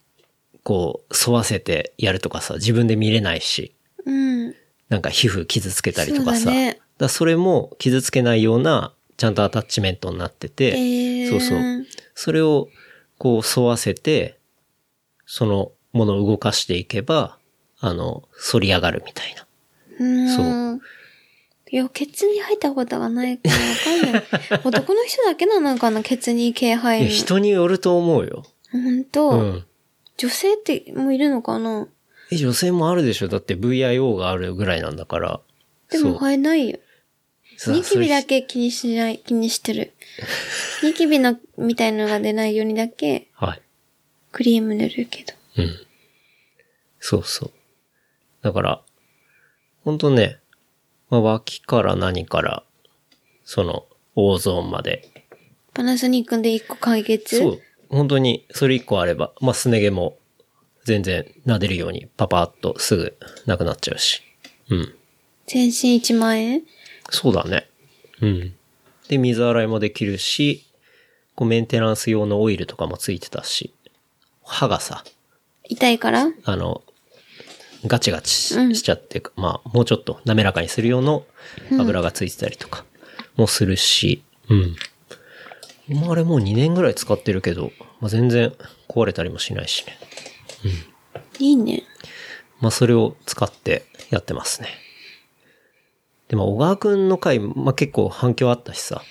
こう、沿わせてやるとかさ、自分で見れないし、
うん。
なんか皮膚傷つけたりとか
そう
さ。だ
だね
からそれも傷つけないような、ちゃんとアタッチメントになってて、
えー、
そうそう。それを、こう、沿わせて、そのものを動かしていけば、あの、反り上がるみたいな。
うん。
そ
いや、ケツに入ったことがないから わかんない。男の人だけなのかな、ケツに毛入
いや
る
人によると思うよ。
の。ほん
う
と、
ん。
女性ってもういるのかな
え、女性もあるでしょだって VIO があるぐらいなんだから。
でも
そう
生えないよ。
さあ
ニキビだ
そ
け気にしない、気にしてる。ニキビの、みたいのが出ないようにだけ、
れはい。
クリーム塗るけど。
うん。そうそう。だから、ほんとね、まあ、脇から何から、その、大ゾーンまで。
パナソニックで一個解決
そう。本当に、それ一個あれば、まあ、すね毛も、全然、撫でるように、パパッとすぐ、なくなっちゃうし。うん。
全身1万円
そうだね。うん。で、水洗いもできるし、こうメンテナンス用のオイルとかもついてたし、歯がさ、
痛いから
あの、ガチガチし
うん
しちゃって、まあ、もうちょっと滑らかにする用の油がついてたりとかもするし、うん。まあ、あれもう2年ぐらい使ってるけど、まあ、全然壊れたりもしないしね。
いいね。
まあ、それを使ってやってますね。でも、小川くんの回、まあ、結構反響あったしさ。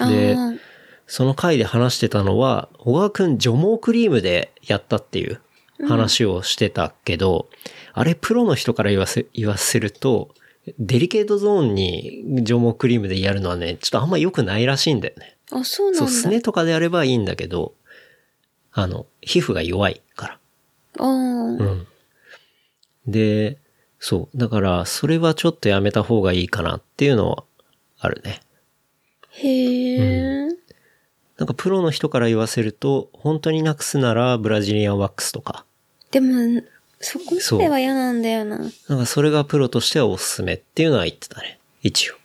ああ
で
ー。
その回で話してたのは、小川くん除毛クリームでやったっていう話をしてたけど、あれプロの人から言わせ、言わせると、デリケートゾーンに除毛クリームでやるのはね、ちょっとあんま良くないらしいんだよね。
あ、そうな
そ
ん
う、
だ。
すねとかでやればいいんだけど、あの、皮膚が弱いか
ああ
ら。うん。で、そう。だから、それはちょっとやめた方がいいかなっていうのはあるね。
へえ。
なんかプロの人から言わせると、本当になくすならブラジリアンワックスとか、
でも、そこまでは嫌なんだよな。
なんかそれがプロとしてはおすすめっていうのは言ってたね。一応。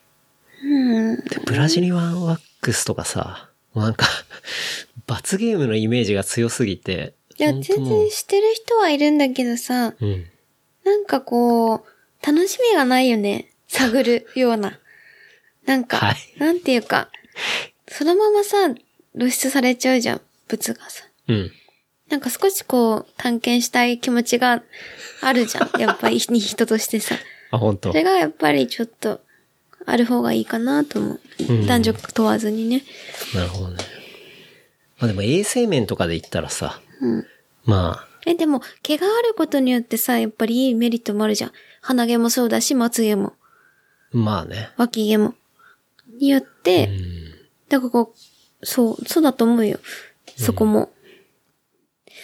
うん。
で、ブラジリアンワックスとかさ、もうなんか、罰ゲームのイメージが強すぎて。
いや、
ほ
全
んともう
然してる人はいるんだけどさ、
うん。
なんかこう、楽しみがないよね。探るような。なんか、
はい
なんていうか、そのままさ、露出されちゃうじゃん、物がさ。
うん。
なんか少しこう、探検したい気持ちがあるじゃん。やっぱり人としてさ。
あ、本当
それがやっぱりちょっと、ある方がいいかなと思
う
う。
ん
男女問わずにね。
なるほどね。まあでも衛生面とかで言ったらさ、
うん。
まあ、
え、でも、毛があることによってさ、やっぱりいいメリットもあるじゃん。鼻毛もそうだし、まつ毛も、
まあね。
脇毛も。によって、
うん。
だからこう、そう、そうだと思うよ。そこも。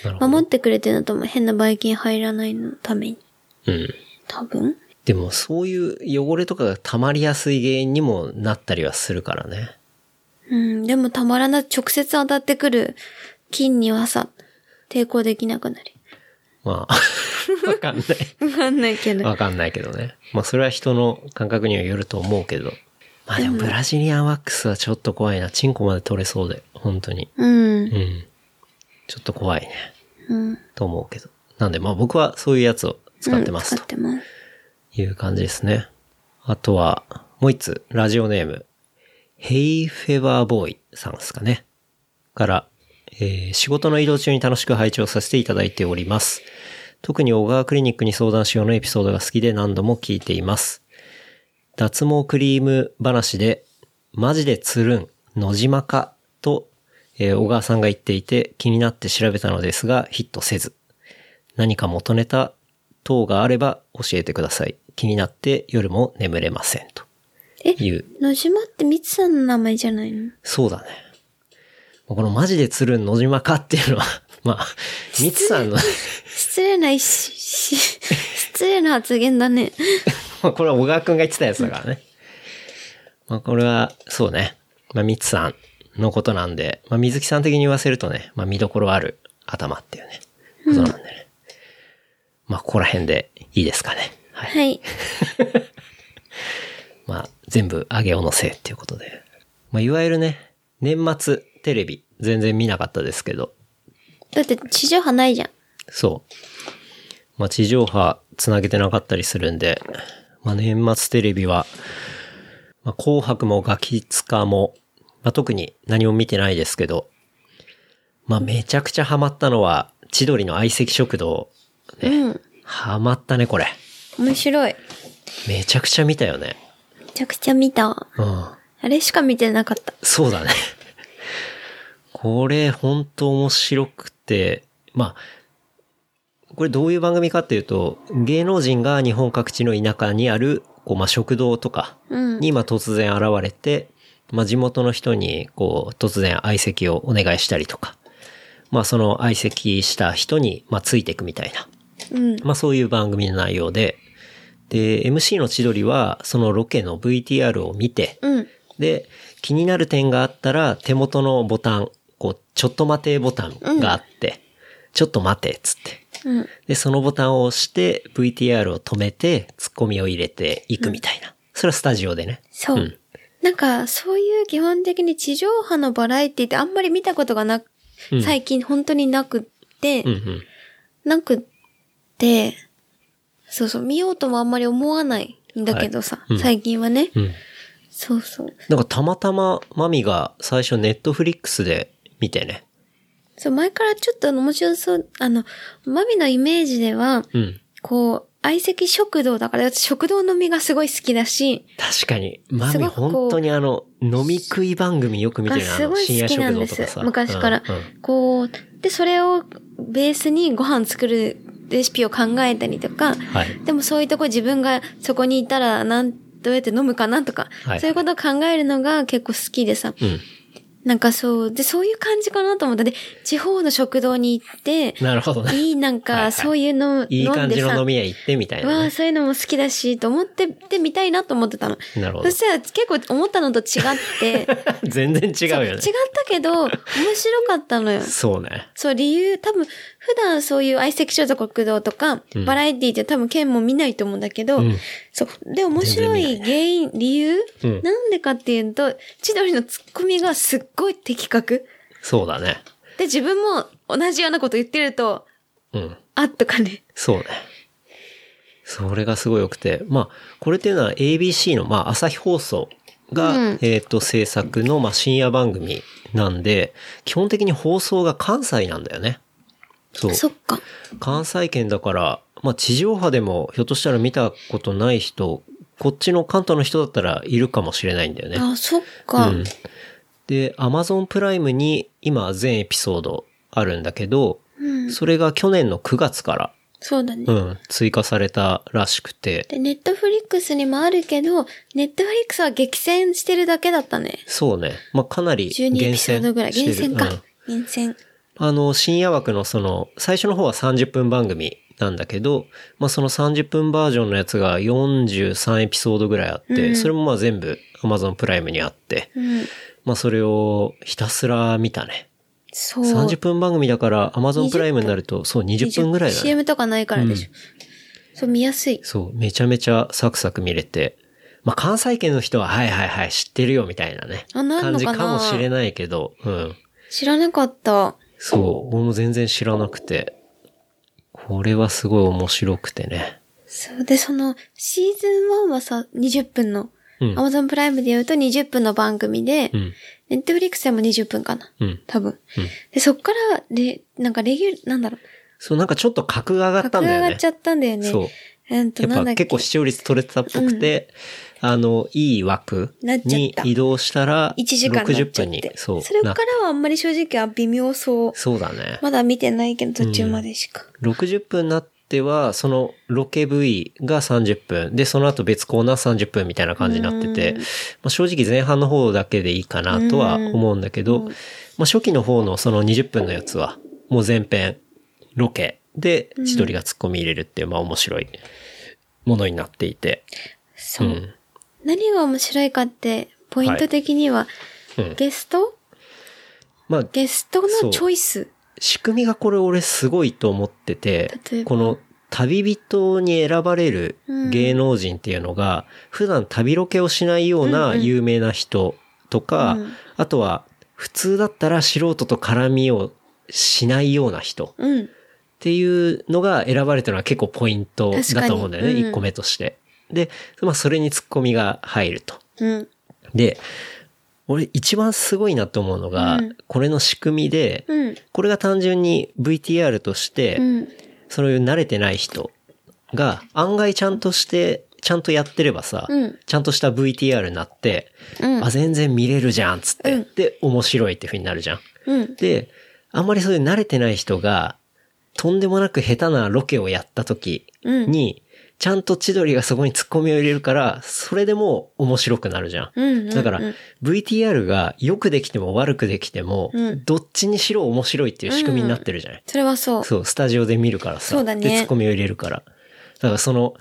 なるほど。
守ってくれてるのとも変なばい菌入らないのために。
うん。
多分。
でもそういう汚れとかが溜まりやすい原因にもなったりはするからね。
うん、でもたまらない。直接当たってくる菌にはさ、抵抗できなくなり。
まあ、わ かんない。
わかんないけど。
わかんないけどね。まあそれは人の感覚にはよると思うけど。まあでもブラジリアンワックスはちょっと怖いな。チンコまで取れそうで、本当に。
うん
う。ん。ちょっと怖いね。
うん。
と思うけど。なんでまあ僕はそういうやつを使ってま
う
す
ん使
と
ってます。
いう感じですね。あとは、もう一つ、ラジオネーム。ヘイフェバーボーイさんですかね。から、えー仕事の移動中に楽しく拝聴させていただいております。特に小川クリニックに相談しようのエピソードが好きで何度も聞いています。脱毛クリーム話で、マジでつるん、野島か、と、えー小川さんが言っていて気になって調べたのですが、ヒットせず。何か元ネタ等があれば教えてください。気になって夜も眠れません。と
え
いう。
野島ってみつさんの名前じゃないの
そうだね。このマジでつるん野島かっていうのは、 まあ、ミツさんの、
失礼な、し、し、失礼な発言だね。
まあこれは小川くんが言ってたやつだからね。まあこれは、そうね。まあミツさんのことなんで、まあ水木さん的に言わせるとね、まあ見どころある頭っていうね、ことなんでね。まあここら辺でいいですかね。はい。
はい。
まあ全部上げおのせいっていうことで。まあいわゆるね、年末テレビ全然見なかったですけど。
だって地上波ないじゃん。
そう。まあ、地上波つなげてなかったりするんで、まあ、年末テレビは、まあ、紅白もガキツカも、まあ、特に何も見てないですけど、まあ、めちゃくちゃハマったのは、千鳥の相席食堂。
うん。
ハマったね、これ。
面白い。
めちゃくちゃ見たよね。
めちゃくちゃ見た。
うん。
あれしか見てなかった。
そうだね。これ、本当面白くて、まあ、これどういう番組かっていうと、芸能人が日本各地の田舎にある、こう、まあ、食堂とか
うん。
に、まあ、突然現れて、まあ、地元の人に、こう、突然相席をお願いしたりとか、まあ、その相席した人に、まあ、ついていくみたいな。
うん。
まあそういう番組の内容で、で、MC の千鳥はそのロケの VTR を見て、
うん。
で、気になる点があったら手元のボタン、こう、ちょっと待てボタンがあって、ちょっと待てっつって。
うん。
で、そのボタンを押して VTR を止めてツッコミを入れていくみたいな。それはスタジオでね。
そう。
うん
なんか、そういう基本的に地上波のバラエティってあんまり見たことがなく、
うん
最近本当になくって、
うんうん。
なくって、そうそう、見ようともあんまり思わないんだけどさ、
はいうん
最近はね。
うん。
そうそう。
なんかたまたまマミが最初ネットフリックスで見てね。
そう、前からちょっと面白そう、あの、マミのイメージでは、
うん。
こう、相席食堂だから、食堂のみがすごい好きだし、
確かに。マ
す
ミ
ごくこう
本当にあの、飲み食い番組よく見てる
あ
あ
す
の、
ごい
深
好
夜
きな
食
ん
堂
で
と
す
かさ。
昔から、
うんうん
こう、で、それをベースにご飯作るレシピを考えたりとか、
はい。
でもそういうとこ自分がそこにいたら、なん、どうやって飲むかなとか、
はい
そういうことを考えるのが結構好きでさ、
うん。
なんかそう、で、そういう感じかなと思った。で、地方の食堂に 行って、
なるほどね。
いいなん
はいは
か、
い
そういうの、
いい
飲ん
感
で
じの
さ
飲、み屋行ってみたい
わ
な
あ、
ね。
そういうのも好きだし、と思って、で、見たいなと思ってたの。
なるほ
そ
ど。
したら結構思ったの と違って、
全然違うよね
そう違。ったけど、面白かったのよ。
そうね。
そう、理由、多分、普段そういう相席所属国道とか、
うん
バラエティって多分県も見ないと思うんだけど、
うん
そう。で、面白い原因、理由、
うん
なんでかっていうと、千鳥のツッコミがすっごい的確。
そうだね。
で、自分も同じようなこと言ってると、
うん。
あっとかね。
そうね。それがすごい良くて。まあ、これっていうのは ABC の、まあ、朝日放送が、
うん
えっ、と、制作の、まあ、深夜番組なんで、基本的に放送が関西なんだよね。そう。
そっか。
関西圏だから、まあ、地上波でもひょっとしたら見たことない人、こっちの関東の人だったらいるかもしれないんだよね。
あ、そっか。
うん、で、Amazon プライムに今全エピソードあるんだけど、
うん
それが去年の9月から、
そうだね。
うん、追加されたらしくて、
で、ネットフリックスにもあるけど、ネットフリックスは激戦してるだけだったね。
そうね。まあ、かなり
12エ
厳
ピソー
選
ドぐらい。
してる
厳選
うん
か。厳選。
あの、深夜枠のその、最初の方は30分番組なんだけど、まあ、その30分バージョンのやつが43エピソードぐらいあって、
うん
それもまあ全部 Amazon プライムにあって、
うん。
まあ、それをひたすら見たね。
そう。
30分番組だから Amazon プライムになると、そう20分ぐらいだね。
CM とかないからでしょ。そう、見やすい。
そう、めちゃめちゃサクサク見れて、まあ、関西圏の人は、はいはいはい、知ってるよみたいなね。
あなんのかな
感じかもしれないけど、うん。
知らなかった。
そう、俺も全然知らなくて。これはすごい面白くてね。
そう。で、その、シーズン1はさ、20分の、
うん。
Amazon プライムで言うと20分の番組で
う、ん。
ネットフリックスでも20分かな。
うん。
多分。
うん
で、そっから、で、なんかレギュラー、なんだろう。
そう、なんかちょっと格が上がったん
格
だ
が
よ
上
ね。
がっちゃったんだよね。
そう。
えーっと、
や
な
っ
んだ
ぱ
っけ。
結構視聴率取れてたっぽくて、あの、いい枠
なっちゃっ
に
た
移動したら、
1時間になっ
60
ちゃっ
分に
て。。
そう。
それか
な
らはあんまり正直は微妙そう。
そうだね。
まだ見てないけど、途中までしか。
60分になっては、そのロケ部位が30分、で、その後別コーナー30分みたいな感じになってて、まあ、正直前半の方だけでいいかなとは思うんだけど、まあ、初期の方のその20分のやつは、もう前編、ロケで千鳥が突っ込み入れるっていう、まあ面白いものになっていて、
そうう。
ん。
何が面白いかって、ポイント的には、
うん。
ゲスト
まあ、
ゲスト
そう
のチョイス。
仕組みがこれ俺すごいと思ってて
例え、ば
この旅人に選ばれる
うん
芸能人っていうのが、普段旅ロケをしないよう
うん
な
うん
有名な人とか、
うん
あとは普通だったら素人と絡みをしないような人っ
うん。
ていうのが選ばれてるのは結構ポイントだと思うんだよね。
確かにうん
1個目として。で、まあそれにツッコミが入ると。
うん。
で、俺一番すごいなと思うのが、
うん
これの仕組みで、
うん。
これが単純に VTR として、
うん。
そういう慣れてない人が案外ちゃんとして、ちゃんとやってればさ、
うん
ちゃんとした VTR になって、
うん
あ、全然見れるじゃんっつって、
うん
で、面白いって風になるじゃん。
うん。
で、あんまりそういう慣れてない人が、とんでもなく下手なロケをやった時
うん。
に、ちゃんと千鳥がそこにツッコミを入れるから、それでもう面白くなるじゃん。
うん。
だから
うん
VTR が良くできても悪くできても、
うん
どっちにしろ面白いっていう仕組みになってるじゃない、
それはそう。
そう、スタジオで見るからさ。
そうだね
で、ツッコミを入れるから。だからその、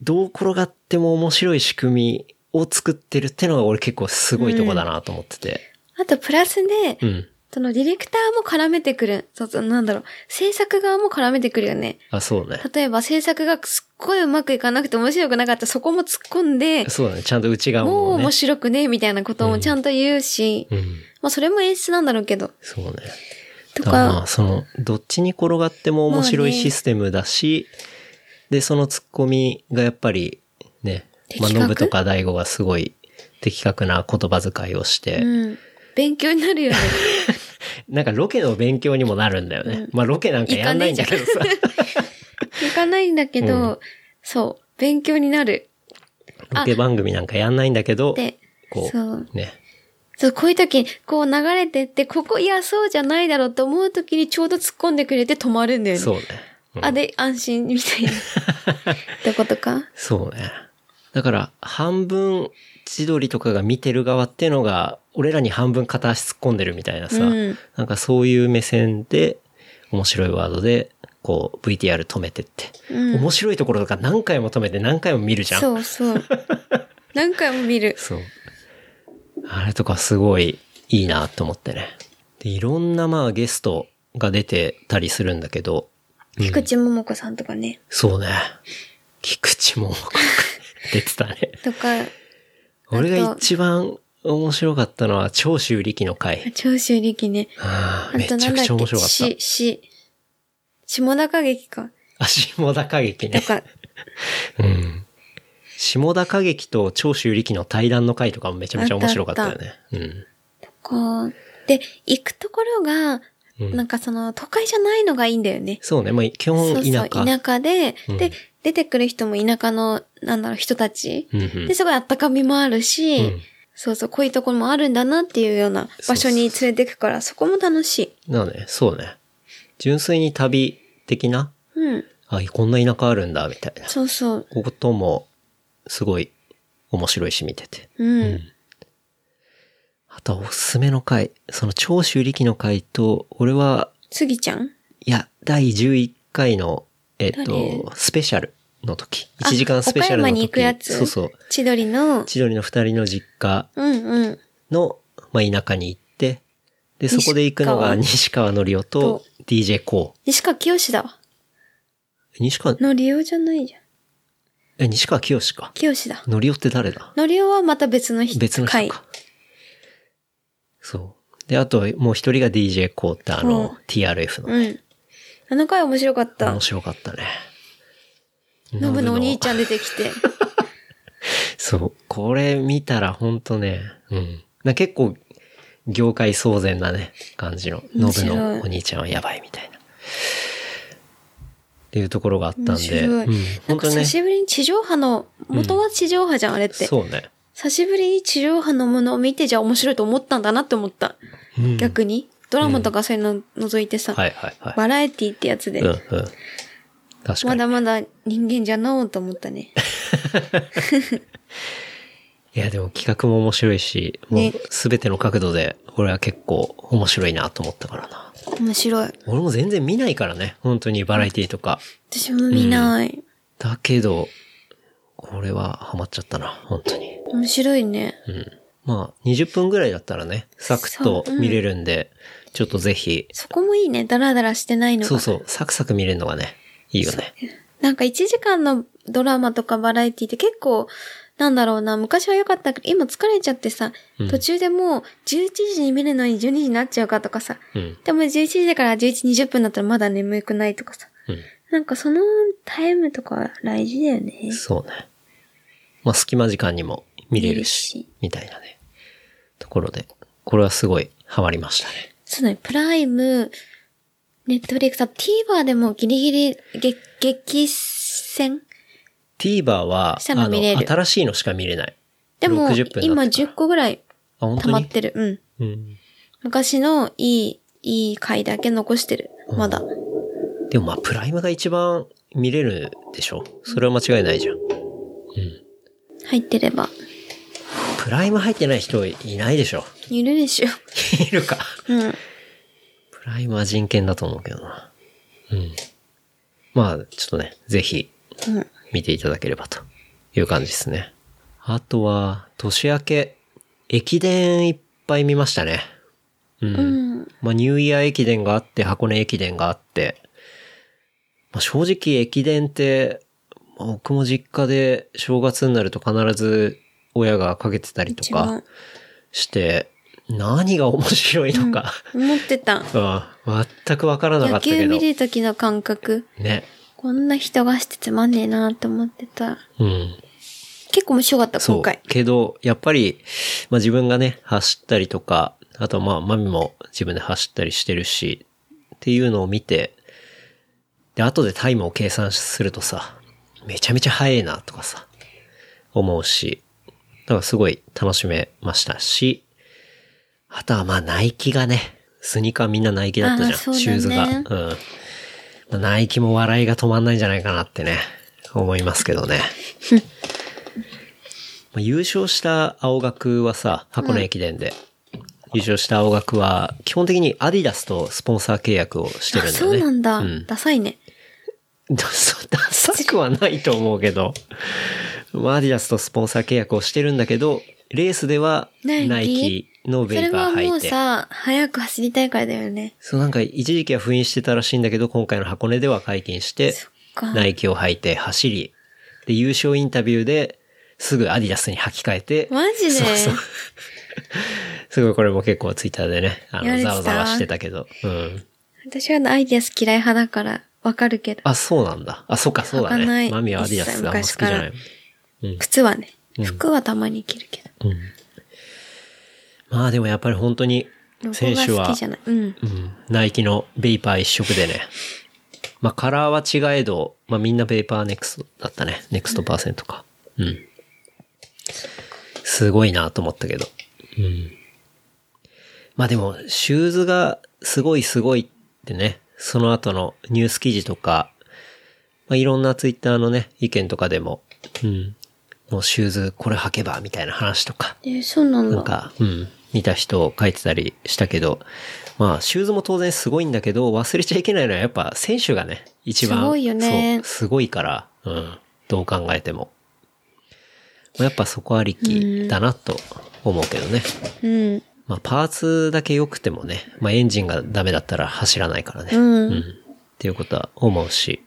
どう転がっても面白い仕組みを作ってるってのが俺結構すごいとこだなと思ってて。
あと、プラスで
う、ん。
そのディレクターも絡めてくる。そうそう、なんだろう。制作側も絡めてくるよね。
あ、そうね。
例えば制作がすっごいうまくいかなくて面白くなかったらそこも突っ込んで、
そうだね。ちゃんと内側
もう
もね
面。白くね、みたいなこともちゃんと言うし、
うん。
まあそれも演出なんだろうけど。
そうね。
と
だからま
か
あ、、その、どっちに転がっても面白い
まあね
システムだし、で、そのツッコミがやっぱり、ね、まあ、
的確
ノブとか大悟がすごい的確な言葉遣いをして、
うん。勉強にな るよね。
なんかロケの勉強にもなるんだよね。
うん
まあロケなんかやんないんだけどさ。
いかないんだけど、
う
そう、勉強になる。
ロケ番組なんかやんないんだけど、
で、
こ、
そうう。
ね。
そう、こういう時、こう流れてって、ここ、いや、そうじゃないだろうと思う時にちょうど突っ込んでくれて止まるんだよね。
そうね。うん
あ、で、安心みたい な。ってことか。
そうね。だから、半分、千鳥とかが見てる側っていうのが、俺らに半分片足突っ込んでるみたいなさ、
うん
なんかそういう目線で、面白いワードで、こう、VTR 止めてって、
うん
面白いところとか何回も止めて何回も見るじゃん。
そ うそう。何回も見る。
そう。あれとかすごいいいなと思ってね。で、いろんなまあゲストが出てたりするんだけど、うん
菊池桃子さんとかね。
そうね。菊池桃子出てたね。
とか、
俺が一番面白かったのは長州力の 回。
長州力ね。
あ
あ
あめち
と
ゃ
なん
く
だ
ちゃ
っ
面
け
白かっ
し、し、下中劇か。
た。あ、下田歌劇
と
ね。
か、
うん。下田歌劇と長州力の対談の回とかもめちゃめちゃ面白かったよね。うん。
こう。で、行くところ
う
が、
ん
なんかその、都会じゃないのがいいんだよね。
そうね。まあ、基
そ
本
う
田
そう、
舎。
田舎で、
うん
で、出てくる人も田舎の、なんだろう、人たち。
うんうん
で、すごい温かみもあるし、
うん
そうそう、こういうところもあるんだなっていうような場所に連れてくから、そこも楽しい。
なので、そうね。純粋に旅的な、
うん。
あ、こんな田舎あるんだ、みたいな
そうそう。
ことも、すごい面白いし見てて。
うん。
あとはおすすめの回、その長州力の回と、俺は、
スギちゃん
いや、第11回の、えっ、と
誰、
スペシャルの時、
あ
1時間スペシャルの時
岡山に行くやつ
そうそう。
千鳥の、
千鳥の二人の実家
うんうん。
の、まあ、田舎に行って、で、そこで行くのが西川のりおと
と
DJ コ
西川きよしだわ。
ウ。西川、
のりおじゃないじゃん。
え、西川きよしか。
きよしだ。
のりおって誰だ
のりおはまた別の人。
別の人
回
か。そう。で、あと、もう一人が DJ コーター
う
の
ん
TRF の。
うん。あの回面白かった
面。白かったね。
ノブのお兄ちゃ
ん。
ん出てきて。
そう。これ見たらほんとね、うん。な結構、業界騒然なね、感じの。ノ
面
ブ
白い
のお兄ちゃんはやばいみたいな。っていうところがあったん
面
で。
白い。
うん。
な
本
んか
当ね
久。しぶりに地上波の、元は地上波じゃん、あれって。
そうね。
久しぶりに地上波のものを見て、じゃあ面白いと思ったんだなって思った。
うん
逆に。ドラマとかそういうの覗いてさ、
はいはいは
バラエティってやつ
い。
で、
うんうん。確か
ま
に。
だまだ人間じゃのうと思っ たね。
いや、でも企画も面白いし、もう
ね
すべての角度で、俺は結構面白いなと思ったからな。
面白い。
俺も全然見ないからね、本当にバラエティとか。
私も見ない。
だけど、これはハマっちゃったな、本当に。
面白いね。
うん。まあ、20分ぐらいだったらね、サクッと
そううん
見れるんで、ちょっとぜひ、
そこもいいね。ダラダラしてないのが。
そうそう、サクサク見れるのがね、いいよね。
なんか1時間のドラマとかバラエティって結構、なんだろうな、昔は良かったけど、今疲れちゃってさ、
うん
途中でもう11時に見るのに12時になっちゃうかとかさ、
うん。
でも11時だから11時20分だったらまだ眠くないとかさ、
う
なんかそのタイムとか大事だよね
ん。。そうね。まあ、隙間時間にも見れる
見れ
し
るし、
みたいなね。ところで、これはすごいハマりましたね。
そうだね、プライム、ネットフリックス、あと TVer でもギリギリ激、激戦
TVer は、
下の
あの、
見れる
新しいのしか見れない。
でも
60分、
今
だったか
10個ぐらい
あ、本
溜
当
まっ
に
てる。
う
うん。
ん。
昔のいい、いい回だけ残してる。まだ。
でもまあ、プライムが一番見れるでしょそれは間違いないじゃん。うん。
入ってれば。
プライム入ってない人いないでしょ
いるでしょ。
いるか。
うん。
プライムは人権だと思うけどな。うん。まあ、ちょっとね、ぜひ、
うん。
見ていただければという感じですね。あとは、年明け、駅伝いっぱい見ましたね。うん。
うん。
まあ、ニューイヤー駅伝があって、箱根駅伝があって、まあ、正直駅伝って、まあ僕も実家で正月になると必ず親がかけてたりと
一
か
番。
して、何が面白いのか、
思ってた。
うん、全くわからなか
野
ったけ
球
ど
見。るときの感覚。
ね。
こんな人がしてつまんねえなと思ってた。
うん。
結構面白かった、
そ
今
う
回。。
けど、やっぱり、まあ自分がね、走ったりとか、あとまあ、マミも自分で走ったりしてるし、っていうのを見て、で、後でタイムを計算するとさ、めちゃめちゃ速いなとかさ、思うし、だからすごい楽しめましたし、あとはまあ、ナイキがね、スニーカーみんなナイキだったじゃん、
あーそうだね
シューズが。うん。まあナイキも笑いが止まんないんじゃないかなってね、思いますけどね。まあ優勝した青学はさ、箱根駅伝で、優勝した青学は、基本的にアディダスとスポンサー契約をしてる
あ、
んだ
そ
よ
う
ね。
なんだ。
うん。
ダサいね。
ダサ ダサくはないと思うけど、まあアディダスとスポンサー契約をしてるんだけど、レースでは
ナイキ
ナイキの
そ
ベ
れ
イパー
はも
履
う
いて。
さ、早く走りたいからだよね。
そうなんか一時期は封印してたらしいんだけど、今回の箱根では解禁して、
か
ナイキを履いて走り、で、優勝インタビューですぐアディダスに履き替えて、
マジで
そうそう。すごいこれも結構ツイッターでね、あ
言
の、
われて
ざ
た
わざわしてたけど。うん。
私はアイディアス嫌い派だから、わかるけど。
あ、そうなんだ。あ、そうか、そうだ
履かな
ね。
い
マミはアディダスがあんま好きじゃない。
靴はね。服はたまに着るけど。
うん。まあでもやっぱり本当に、
ロ
選手
ゴが好
は
き、じゃない。うん。
うん、ナイキのベイパー一色でね。まあカラーは違えど、まあみんなベイパーネクストだったね。ネクストパーセントか。うん。すごいなと思ったけど。うん。まあでも、シューズがすごいすごいってね、その後のニュース記事とか、まあいろんなツイッターのね、意見とかでも、うん。もうシューズこれ履けばみたいな話とか、
えーそうなん
なん
だ。
か、うん、見た人を書いてたりしたけど、まあ、シューズも当然すごいんだけど、忘れちゃいけないのはやっぱ選手がね、一番。
すごいよね
そう、すごいから、うん、どう考えても。まあやっぱそこありきだなと思うけどね。
うん。
まあ、パーツだけ良くてもね、まあ、エンジンがダメだったら走らないからね。
うん
っていうことは思うし。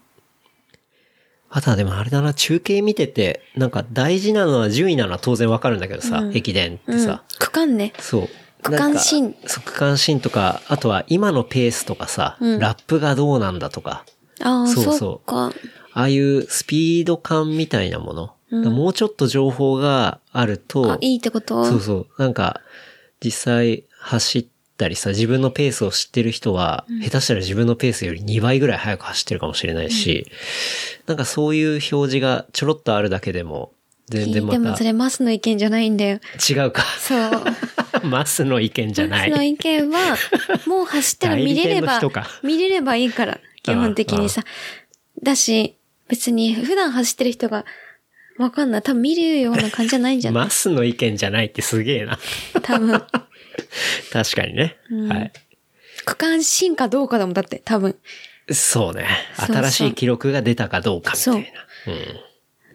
あとはでもあれだな、中継見てて、なんか大事なのは順位なのは当然わかるんだけどさ、駅伝って
う
さ、
ん。区間ね。
そう。
区間新
なんかそう、区間新とか、あとは今のペースとかさ、
うん
ラップがどうなんだとか、
ああ、
そうそう
そっか。
ああいうスピード感みたいなもの、
うん
だからもうちょっと情報がある
あ
と、、
いいってこと
そうそう、なんか、実際走ったりさ、自分のペースを知ってる人は、下手したら自分のペースより2倍ぐらい速く走ってるかもしれないし、なんかそういう表示がちょろっとあるだけでも、全
え
然
ーで
ま
も
た
それマスの意見じゃないんだよ。
違うか。
そう。
マスの意見じゃない。
マスの意見は、もう走ったら見れれ
代理
ば
店の人か、
見れればいいから、基本的にさ。だし、別に普段走ってる人が、わかんない。多分見るような感じじゃないんじゃない
マスの意見じゃないってすげえな。
多分。
確かにね。はい。
区間進化どうかだもん、だって、多分。
そうね。
そうそう
新しい記録が出たかどうかみたいな。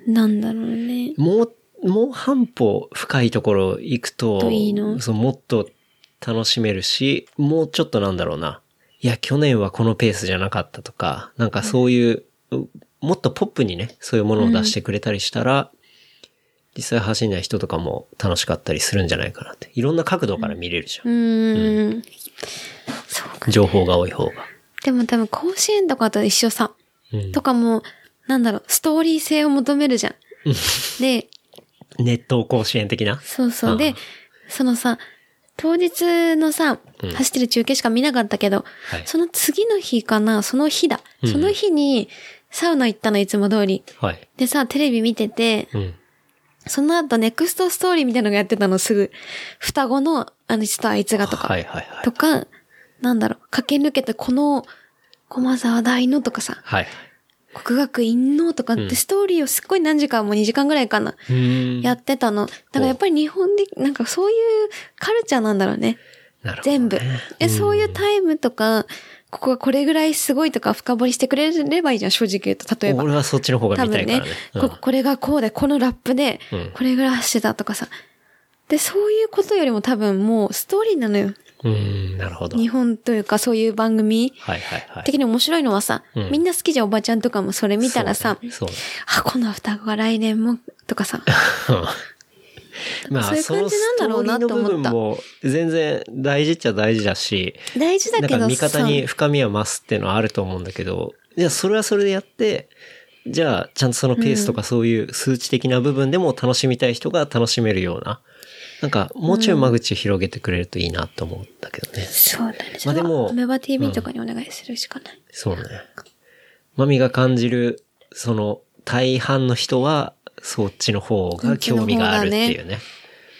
なんだろうね。
うん、もう、もう半歩深いところ行くと、
といいの
そうもっと楽しめるし、もうちょっとなんだろうな。いや、去年はこのペースじゃなかったとか、なんかそういう、もっとポップにね、そういうものを出してくれたりしたら、実際走んない人とかも楽しかったりするんじゃないかなって。いろんな角度から見れるじゃん。
うーん。そうか。
情報が多い方が。
でも多分甲子園とかと一緒さ。
うん
とかも、なんだろう、ストーリー性を求めるじゃん。で、
ネット甲子園的な。
そうそうう。
ん
で、そのさ、当日のさ、
うん
走ってる中継しか見なかったけど、
はい
その次の日かな、その日だ。
うん
その日に、サウナ行ったの、いつも通り。
はい。
でさ、テレビ見てて、
うん。
その後、ネクストストーリーみたいなのがやってたの、すぐ。双子の、あの人とあいつがとか。
はいはいはい。
とか、なんだろう、駆け抜けて、この、駒沢大のとかさ、
はい。
国学院のとかっ
うん
てストーリーをすっごい何時間も2時間ぐらいかな、
うーん
やってたの。だからやっぱり日本で、なんかそういうカルチャーなんだろうね。
なるほどね
全部。え、そういう
イ
タイムとか、ここがこれぐらいすごいとか深掘りしてくれればいいじゃん、正直言うと。例えば。
俺はそっちの方が
多
見た
分
いから
ね
ね。、
こ、これがこうで、このラップで
うん、
これぐらい走ってたとかさ。で、そういうことよりも多分もうストーリーなのよ。
うん、うんなるほど。
日本というかそういう番組
はいはいはい。
的に面白いのはさ、
うん
みんな好きじゃんおばちゃんとかもそれ見たらさ、
そうね
あ、この双子が来年も、と かさ、
そうねまあ、そ
そういう
の
感じ
ス
な
トー
んだろう
リー
な
の
と思
部
った
分も全然大事っちゃ大事だし、
大事だ
だ
け
か
ど
ら
さ、
味方に深みは増すっていうのはあると思うんだけど、じゃあそれはそれでやって、じゃあちゃんとそのペースとかそういう数値的な部分でも楽しみたい人が楽しめるような、なんかもうちょい間口を広げてくれるといいなと思うんだけどね。
そうだね。
まあでも
それはアメバ TV とかにお願いするしかない。
そうね。マミが感じる、その大半の人はそっちの方が興味があるっていうね、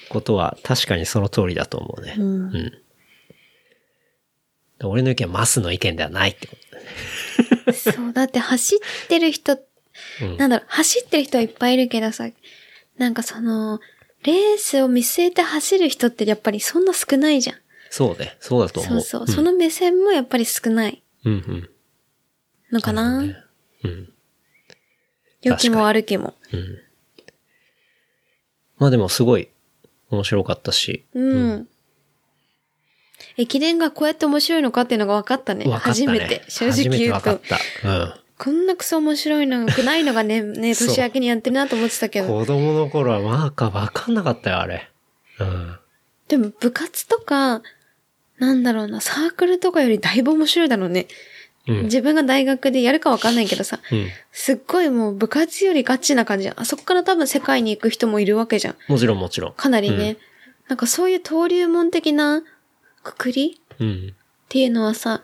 ことは確かにその通りだと思うね。
うん
うん。俺の意見はマスの意見ではないってことだね。
そう、だって走ってる人、
うん
なんだろう、走ってる人はいっぱいいるけどさ、なんかその、レースを見据えて走る人ってやっぱりそんな少ないじゃん。
そうね。そうだと
そ
思う。
うそう。その目線もやっぱり少ない
うんうん。
のかな。
うん。
良きも悪きも。
うん。まあでもすごい面白かったし、
うん。駅伝がこうやって面白いのかっていうのが分かったね。
分かったね。
初めて。正直言う
初め
と
て。分かった。うん。
こんなクソ面白いのがないのがね、ね、
そう
年明けにやってるなと思ってたけど。
子供の頃はマーカーわかんなかったよ、あれ。うん。
でも部活とか、なんだろうな、サークルとかよりだいぶ面白いだろうね。
うん。
自分が大学でやるか分かんないけどさ、
うん。
すっごいもう部活よりガチな感じじゃん。あそこから多分世界に行く人もいるわけじゃん。
もちろんもちろん。
かなりね。なんかそういう登竜門的なくくり
うん。
っていうのはさ、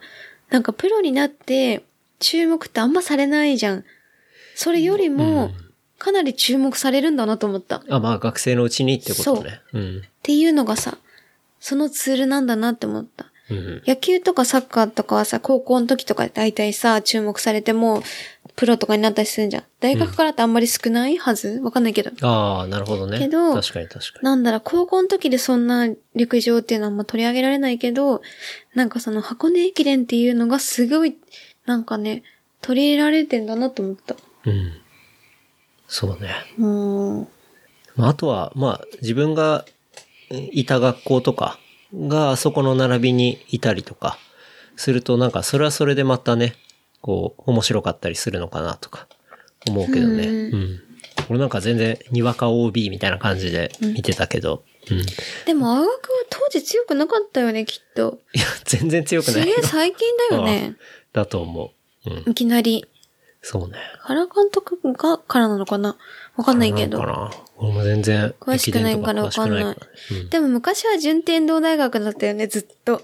なんかプロになって注目ってあんまされないじゃん。それより
う
も
ん、
かなり注目されるんだなと思った。っ
あ、まあ学生のうちにってことね。うん。
ていうのがさ、そのツールなんだなって思った。
うん。
野球とかサッカーとかはさ、高校の時とか大体さ、注目されても、プロとかになったりするんじゃん。大学からってあんまり少ないはずわかんないけど。
ああ、なるほどね。
けど
確かに確かに。
なんだろう、高校の時でそんな陸上っていうのはあんま取り上げられないけど、なんかその箱根駅伝っていうのがすごい、なんかね、取り入れられてんだなと思った。
うん。そうね。
うーん。
まあ、あとは、まあ、自分がいた学校とかがあそこの並びにいたりとかすると、なんかそれはそれでまたね、こう、面白かったりするのかなとか思うけどね。
う
うん。俺なんか全然にわか OB みたいな感じで見てたけど、うん。い
でも、青学は当時強くなかったよね、きっ と。
や、全然強くな
す
い
げ
よ
え。最近だよ ね。
だと思う。うん。
いきなり。
そうね。
原監督が、からなのかなわかんないけど
な。のかな俺も全然、
詳しくないからわ
駅伝と
かん
詳し
ない
くらうん。
でも昔は順天堂大学だったよね、ずっと。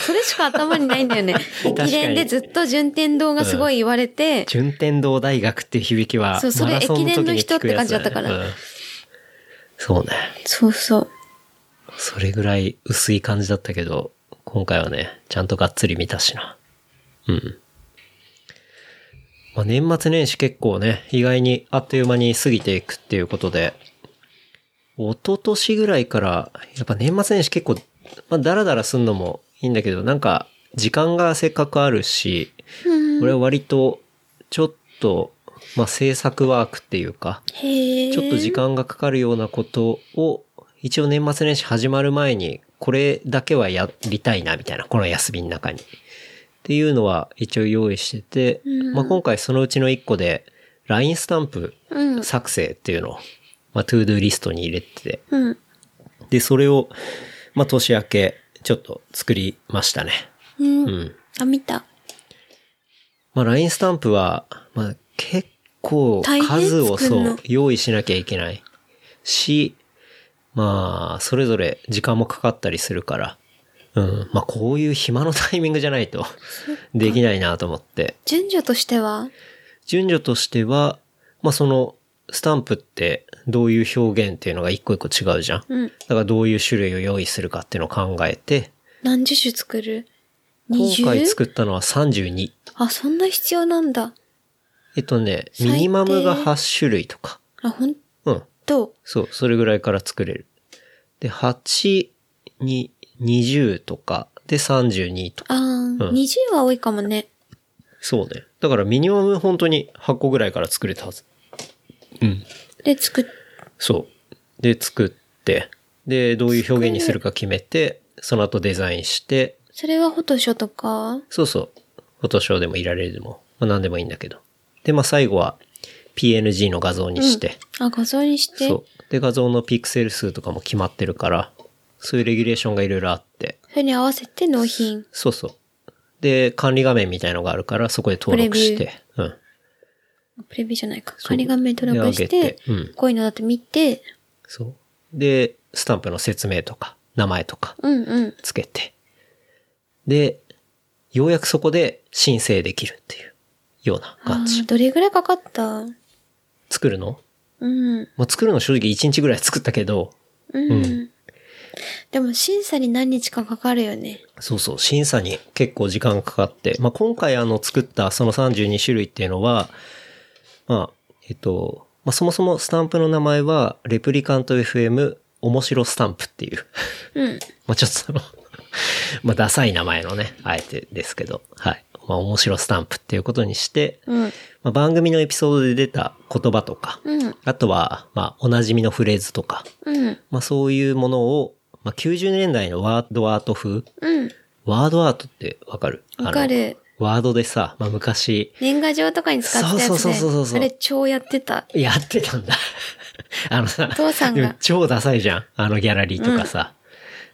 それしか頭にないんだよね。
確かに
駅伝でずっと順天堂がすごい言われて、
順天堂大学っていう響きは、
そうそれ
マラソン時に
駅伝の人
聞くやつ
って感じだったから
うんそうね。
そうそう。
それぐらい薄い感じだったけど、今回はね、ちゃんとがっつり見たしな。うん。まあ、年末年始結構ね、意外にあっという間に過ぎていくっていうことで、一昨年ぐらいから、やっぱ年末年始結構、まあ、ダラダラすんのもいいんだけど、なんか、時間がせっかくあるし、
うん
俺は割と、ちょっと、まあ、制作ワークっていうか、
へえ。
ちょっと時間がかかるようなことを、一応年末年始始まる前に、これだけはやりたいな、みたいな、この休みの中に。っていうのは一応用意してて、
うん
まあ今回そのうちの一個で、LINE スタンプ
うん。
作成っていうのを、まあ、トゥードゥーリストに入れてて、
うん。
で、それを、まあ、年明け、ちょっと作りましたね。
うん。
うん。
あ、見た。
まあ、LINE スタンプは、まあ、結構
大変
数を
作
そ
んの
う、用意しなきゃいけないし、まあ、それぞれ時間もかかったりするから、うん。まあ、こういう暇のタイミングじゃないと、できないなと思って。
順序としては、
順序としては、まあ、その、スタンプってどういう表現っていうのが一個一個違うじゃん。
うん。
だからどういう種類を用意するかっていうのを考えて、
何十種作る
今回
?20?
作ったのは32。
あ、そんな必要なんだ。
えっとね、
最
ミ
低
ニマムが8種類とか。
あ、ほん
うん。
と。
そう、それぐらいから作れる。で、8に20とか、で32とか。
あー、20は多いかもね。
そうね。だからミニマム本当に8個ぐらいから作れたはず。うん。
で、作っ、
そう。で、作って、で、どういう表現にするか決めて、その後デザインして、
それはフォトショーとか、
そうそう。フォトショーでもいられるでも、まあ、何でもいいんだけど。で、まあ、最後は PNG の画像にして、
あ、画像にして、
そ。
そう
で、画像のピクセル数とかも決まってるから、そういうレギュレーションがいろいろあって、
れに合わせて納品。
そうそう。で、管理画面みたいのがあるから、そこで登録し
プレ
て、うん。
プレビューじゃないか。
そう
仮画面登録し
で
て、
上げてうん
こういうのだって見て、
そう。で、スタンプの説明とか、名前とか
うんうん。
つけて、で、ようやくそこで申請できるっていうような
あ
感じ。
ーどれぐらいかかったうん。
作るの
うん。
まあ、作るの正直1日ぐらい作ったけど、ん
でも審査に何日かかかるよね。
そうそう、審査に結構時間かかって、まあ、今回あの作ったその32種類っていうのは、まあ、えっと、まあ、そもそもスタンプの名前は、レプリカント FM 面白スタンプっていう、
うん。
まあ、ちょっとその、 まあ、ダサい名前のね、あえてですけど、はい。まあ、面白スタンプっていうことにして、
うん。
まあ、番組のエピソードで出た言葉とか、
うん。
あとは、まあ、おなじみのフレーズとか、
うん。
まあ、そういうものを、まあ、90年代のワードアート風、
うん。
ワードアートってわかる
わか。る。
あのワードでさ、まあ、昔、
年賀状とかに使ってたやつね。
そうそうそうそうそう
あれ超やってた。
やってたんだ。 あのさ、
お父さんが
でも超ダサいじゃん。あのギャラリーとかさ。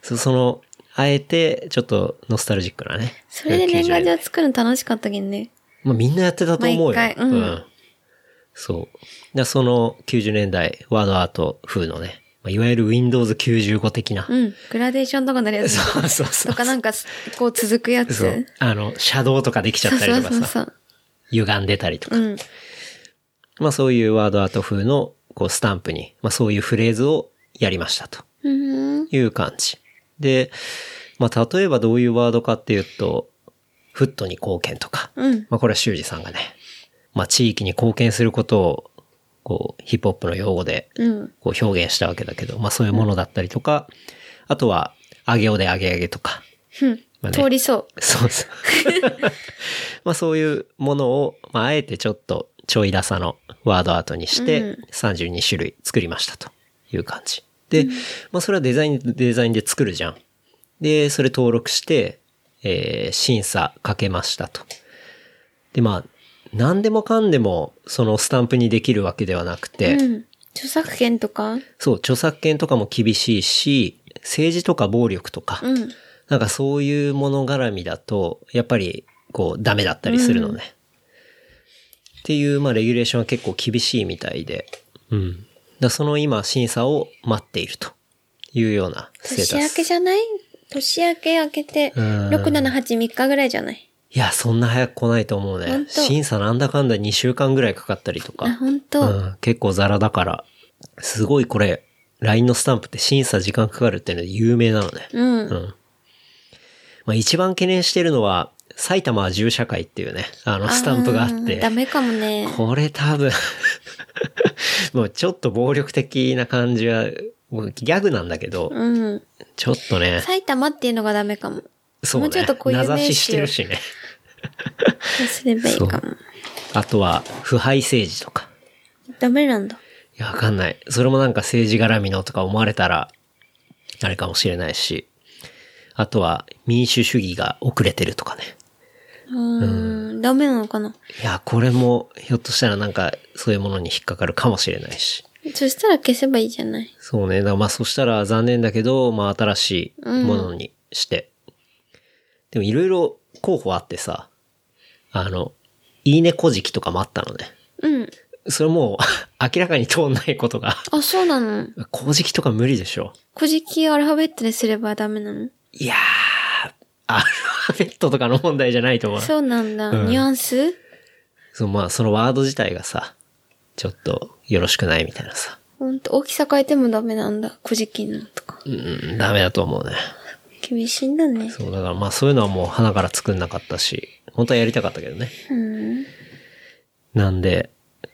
そその、あえて、ちょっとノスタルジックなね。
それで年
90
賀
年代
状作るの楽しかったけどね。
まあ、みんなやってたと思うよ。
毎回うん
そう。でその90年代、ワードアート風のね、まあ、いわゆる Windows95 的な。
うん。グラデーションとかなるやつ。
そうそうそう。
とかなんか、こう続くやつ。
そ
そうう。
あの、シャドウとかできちゃったり
そ
とか
うそう
さ、
そう。
歪んでたりとか
う。ん。
まあそういうワードアート風のこうスタンプに、まあそういうフレーズをやりましたと
うん。
いう感じ。で、まあ例えばどういうワードかっていうと、フットに貢献とか、
うん。
まあこれは修二さんがね、まあ地域に貢献することを、こうヒップホップの用語で
うん。
こう表現したわけだけど、まあそういうものだったりとか、あとは、あげおであげあげとか、
うん
まあね
通りそ
そう そう。まあそういうものを、まああえてちょっとちょいださのワードアートにして、
うん
32種類作りましたという感じ。で、まあそれはデザイン、デザインで作るじゃん。で、それ登録して、えー審査かけましたと。で、まあ、何でもかんでもそのスタンプにできるわけではなく
う。
て、
うん。著作権とか
そう、著作権とかも厳しいし、政治とか暴力とか、
うん。
なんかそういう物絡みだと、やっぱり、こう、ダメだったりするのね。っていう、まあ、レギュレーションは結構厳しいみたいで。うん。だその今、審査を待っているというようなステー
年
タ
明
ス。
け
い
じゃない年明け明けて、
うん
6、7、8、3日ぐらいじゃない
や、そんな早く来ないと思うね
本。当
審査なんだかんだ2週間ぐらいかかったりと
あ、
か。
ほん
う
と。
ん。結構ザラだから。すごいこれ、LINE のスタンプって審査時間かかるっていうので有名なのね。
うん。
うん。まあ一番懸念してるのは、埼玉は銃社会っていうね、あのスタンプがあっ
ーダ
て、
メかもね。
これ多分、 もうちょっと暴力的な感じは、もうギャグなんだけど、
うん。
ちょっとね、
埼玉っていうのがダメかも。
そう
もうちょ
ね
っと、固有
名
名詞を
指ししてるしね。
そうすればいいかも。
あとは、腐敗政治とか。
ダメなんだ。
いや、わかんない。それもなんか政治絡みのとか思われたら、あれかもしれないし、あとは民主主義が遅れてるとかね。
うーん。ダメなのかない
や、これも、ひょっとしたらなんか、そういうものに引っかかるかもしれないし。
そしたら消せばいいじゃない。
そうね。だからまあそしたら残念だけど、まあ新しいものにして。でもいろいろ候補あってさ、あの、いいねこじきとかもあったのね。
うん。
それもう 明らかに通んないことが、
あ、そうなの。
こじきとか無理でしょ。
古事記アルファベットですればダメなの
いやー、アルファベットとかの問題じゃないと思うな。
そうなんだ。
うん
ニュアンス
そう、まあそのワード自体がさ、ちょっとよろしくないみたいなさ。
ほんと、大きさ変えてもダメなんだ。古事記のとか。
うん、ダメだと思うね。
厳しいんだね。
そう、だからまあそういうのはもう花から作んなかったし、本当はやりたかったけどね。
うん。
なんで、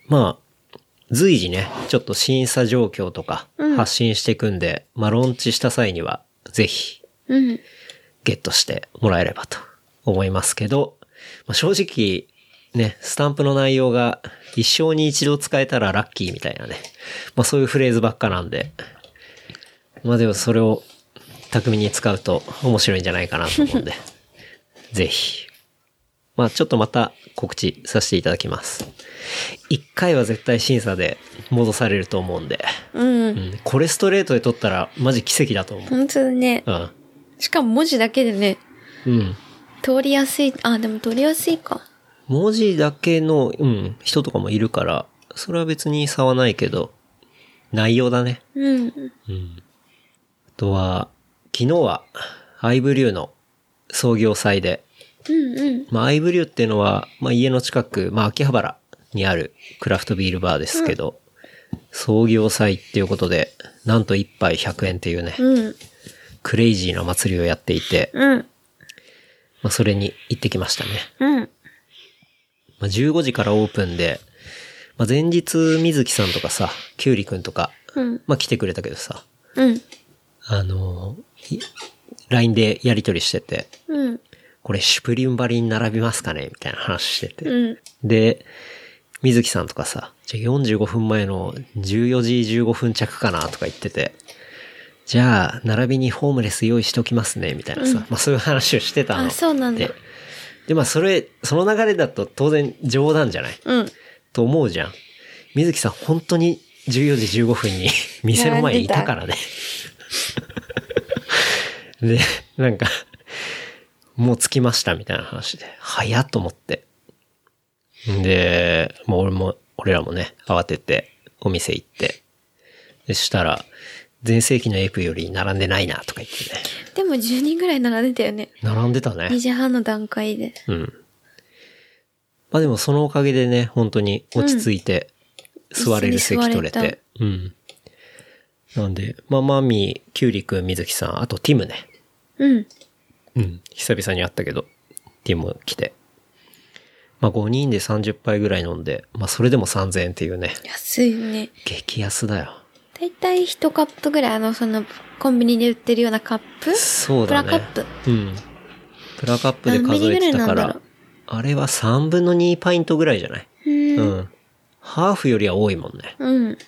まあ、随時ね、ちょっと審査状況とか
うん
発信していくんで、まあローンチした際には、ぜひ
うん。
ゲットしてもらえればと思いますけど、まあ、正直、ね、スタンプの内容が一生に一度使えたらラッキーみたいなね。まあそういうフレーズばっかなんで。まあでもそれを巧みに使うと面白いんじゃないかなと思うん で。ぜひ。まあちょっとまた告知させていただきます。一回は絶対審査で戻されると思うんで。
う。
うんん。これストレートで取ったらマジ奇跡だと思う。
ほんとだね。
うん。
しかも文字だけでね、
うん。
通りやすい。あ、でも通りやすいか。
文字だけの、うん、人とかもいるから、それは別に差はないけど、内容だね。
うん。
うん。あとは、昨日は、アイブリューの創業祭で、
うんうん。
まあ、アイブリューっていうのは、まあ、家の近く、まあ、秋葉原にあるクラフトビールバーですけど、創業祭っていうことで、なんと一杯100円っていうね、
うん。
クレイジーな祭りをやっていて、
うん。
まあ、それに行ってきましたね。
うん。
まあ、15時からオープンで、まあ、前日水木さんとかさ、きゅうりくんとか、
うん。
まあ、来てくれたけどさ、
うん。
あのー、い LINE でやり取りしてて、
うん。
これシュプリウムバリに並びますかねみたいな話してて。
うん。
で、水木さんとかさ、じゃあ45分前の14時15分着かなとか言ってて、じゃあ、並びにホームレス用意しときますね、みたいなさ、まあそういう話をしてたの。
あ、そうなんだ
で。で、まあそれ、その流れだと当然冗談じゃない
うん。
と思うじゃん。水木さん本当に14時15分に店の前にいたからね。で、なんか、もう着きましたみたいな話で、早っと思って。で、もう俺も、俺らもね、慌ててお店行って。でしたら、前世紀のエプより並んでないなとか言ってね。
でも10人ぐらい並んでたよね。
並んでたね。
2時半の段階で。
うん。まあでもそのおかげでね、本当に落ち着いて、座れる席取れ
椅子に座れ
て。うん。なんで、まあマミー、キュウリくん、水木さん、あとティムね。
うん。
うん。久々に会ったけど、ティム来て。まあ5人で30杯ぐらい飲んで、まあそれでも3000円っていうね、
安いよね。
激安だよ。
だいたい1カップぐらい、あの、その、コンビニで売ってるようなカップ
そうだね。
プラカップ。
うん。プラカップで数えてたか
何ミリぐらいなんだ
ら
ろう、
あれは3分の2パイントぐらいじゃない
うん。
うん。ハーフよりは多いもんね。
うん。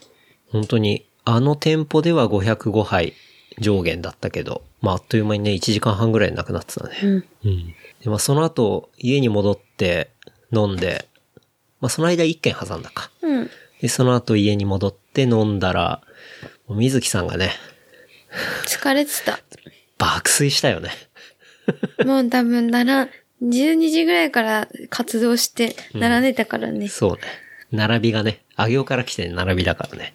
本当に、あの店舗では505杯上限だったけど、まあ、あっという間にね、1時間半ぐらいでなくなってたね。
うん。
うん。で、まあ、その後、家に戻って飲んで、まあ、その間1軒挟んだか。
うん。
で、その後家に戻って飲んだら、もう水木さんがね、
疲れてた。
爆睡したよね。
もう多分なら、12時ぐらいから活動して、並んでたからね。
そうね。並びがね、上尾から来て並びだからね。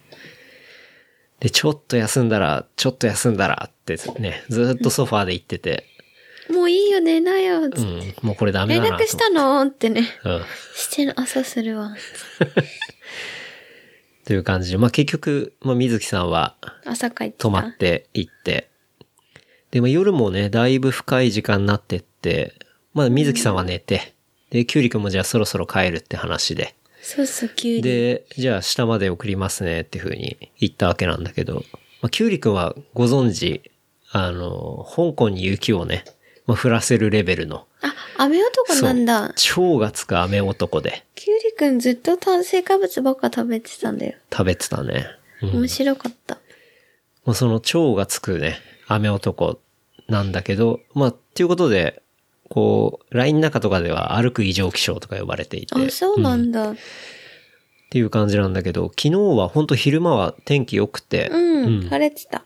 で、ちょっと休んだら、ちょっと休んだらってね、ずーっとソファーで行ってて、
もういいよ、寝なよ。つ
う
って
ん、もうこれダメだ
連
なと思って。
絡したのってね。
うん。
してる、朝するわ。
という感じで、まあ結局、まあ水木さんは
朝帰ってた。
泊まって行って、で、まあ夜もね、だいぶ深い時間になってって、まあ水木さんは寝て、で、キュウリくんもじゃあそろそろ帰るって話で、
そうそう、急に。
で、じゃあ下まで送りますねっていう風に言ったわけなんだけど、まあキュウリくんはご存知、あの、香港に雪をね、まあ降らせるレベルの、
あ、雨男なんだ。
超がつく雨男で
キュウリくんずっと炭水化物ばっか食べてたんだよ。
食べてたね。うん
面白かった。
まあ、その蝶がつくね、雨男なんだけど、まあ、っていうことで、こう、LINE の中とかでは歩く異常気象とか呼ばれていて、
あ、そうなんだ。
っていう感じなんだけど、昨日は本当昼間は天気良くて、
うん、
うん
晴れてた。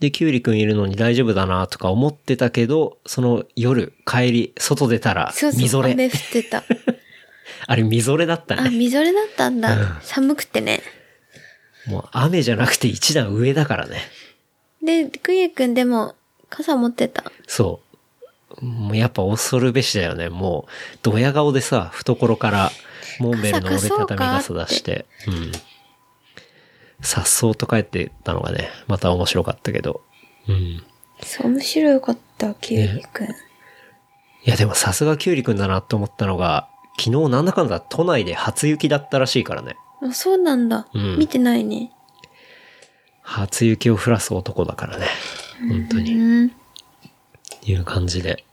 で、キュウリくんいるのに大丈夫だなとか思ってたけど、その夜、帰り、外出たら
そう、
みぞ
そう、
れ。
雨降ってた。
あれ、みぞれだった
あ、
ね。
みぞれだったん
う
だ
ん。
寒くてね。
もう雨じゃなくて一段上だからね。
で、クイエくんでも傘持ってた。
そう。もうやっぱ恐るべしだよね。もう、ドヤ顔でさ、懐から、モンベルの折れたたみ傘出して、うん。さっそうと帰ってったのがね、また面白かったけど。うん。
そう、面白かった、キュウリくん。
いやでもさすがキュウリくんだなって思ったのが、昨日なんだかんだ都内で初雪だったらしいからね。
あそうなんだ。
うん
見てないね。
初雪を降らす男だからね。本当に。
うん。
いう感じで。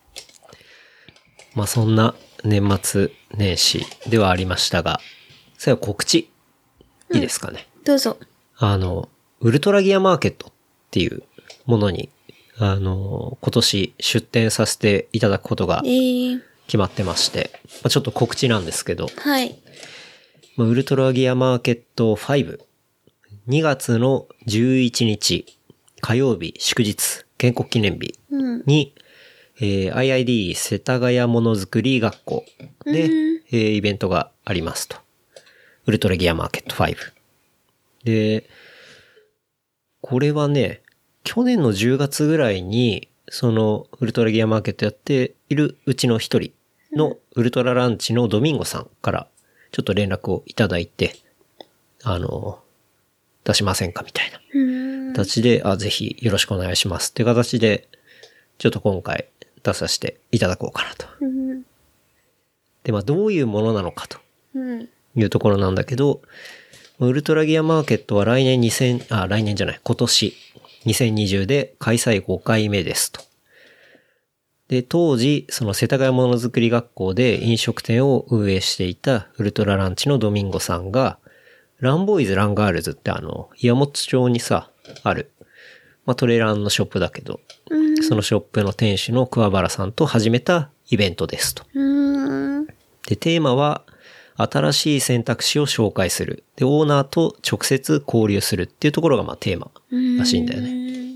まあそんな年末年始ではありましたが、最後告知。いいですかね。
どうぞ。
あの、ウルトラギアマーケットっていうものに、あの、今年出展させていただくことが
えー、
決まってまして、まあ、ちょっと告知なんですけど、
はい。
まあ、ウルトラギアマーケット5。2月の11日、火曜日、祝日、建国記念日
うん。
に、えー IID 世田谷ものづくり学校で、えーイベントがありますと。ウルトラギアマーケット5。で、これはね、去年の10月ぐらいに、そのウルトラギアマーケットやっているうちの一人のウルトラランチのドミンゴさんからちょっと連絡をいただいて、あの、出しませんかみたいな。
うん。
形で、あ、ぜひよろしくお願いしますっていう形で、ちょっと今回出させていただこうかなと。
うん。
で、まあどういうものなのかと
うん。
いうところなんだけど、ウルトラギアマーケットは来年2000、あ、来年じゃない、今年2020で開催5回目ですと。で、当時、その世田谷ものづくり学校で飲食店を運営していたウルトラランチのドミンゴさんが、ランボーイズ・ランガールズってあの、岩本町にさ、ある、まあ、トレーラーのショップだけど、
うん
そのショップの店主の桑原さんと始めたイベントですと。
うん。
で、テーマは、新しい選択肢を紹介する。で、オーナーと直接交流するっていうところが、まあ、テーマ
うん。
らしいんだよね。
ね。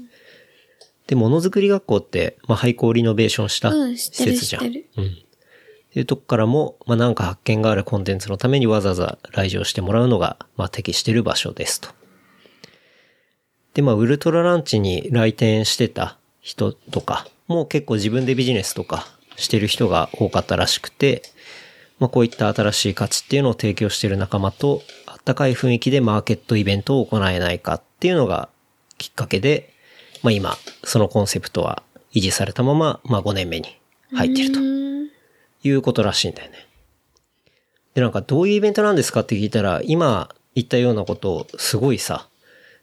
で、ものづくり学校って、まあ、廃校をリノベーションした
うん
施
知ってる
設じゃん。
知ってる
うん。っていうとこからも、まあ、なんか発見があるコンテンツのためにわざわざ来場してもらうのが、まあ、適してる場所ですと。で、まあ、ウルトラランチに来店してた人とか、もう結構自分でビジネスとかしてる人が多かったらしくて、まあ、こういった新しい価値っていうのを提供してる仲間と、あったかい雰囲気でマーケットイベントを行えないかっていうのがきっかけで、まあ、今、そのコンセプトは維持されたまま、まあ、5年目に入ってると
うん。
いうことらしいんだよね。で、なんかどういうイベントなんですかって聞いたら、今言ったようなことをすごいさ、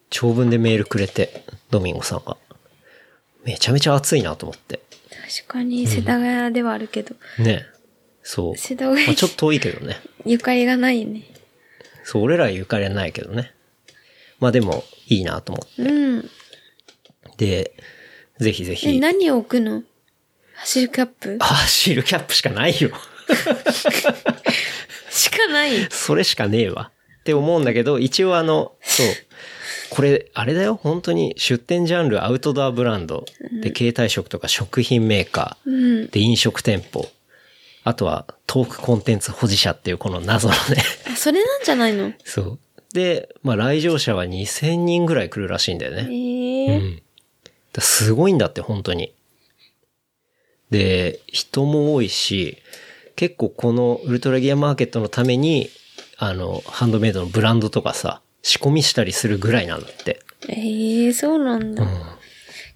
長文でメールくれて、ドミンゴさんが。めちゃめちゃ熱いなと思って。
確かに、世田谷ではあるけど、
ね。そう。
世田谷
まあ、ちょっと遠いけどね。
ゆかりがないね。
そう、俺らはゆかりはないけどね。まあでも、いいなと思
うん。
って。で、ぜひぜ
え、
ひ。
何を置くの走るキャップ
あ、シールキャップしかないよ。
しかない。
それしかねえわ。って思うんだけど、一応あの、そう。これ、あれだよ。本当に出店ジャンル、アウトドアブランド。で、携帯食とか食品メーカ
う
ー。
ん。
で、飲食店舗。あとは、トークコンテンツ保持者っていうこの謎のね。
あ、それなんじゃないの
そう。で、まあ来場者は2000人ぐらい来るらしいんだよね。
え
う
え
ん。だすごいんだって、本当に。で、人も多いし、結構このウルトラギアマーケットのために、あの、ハンドメイドのブランドとかさ、仕込みしたりするぐらいなんだって。
ええそうなん
う
だ。
ん。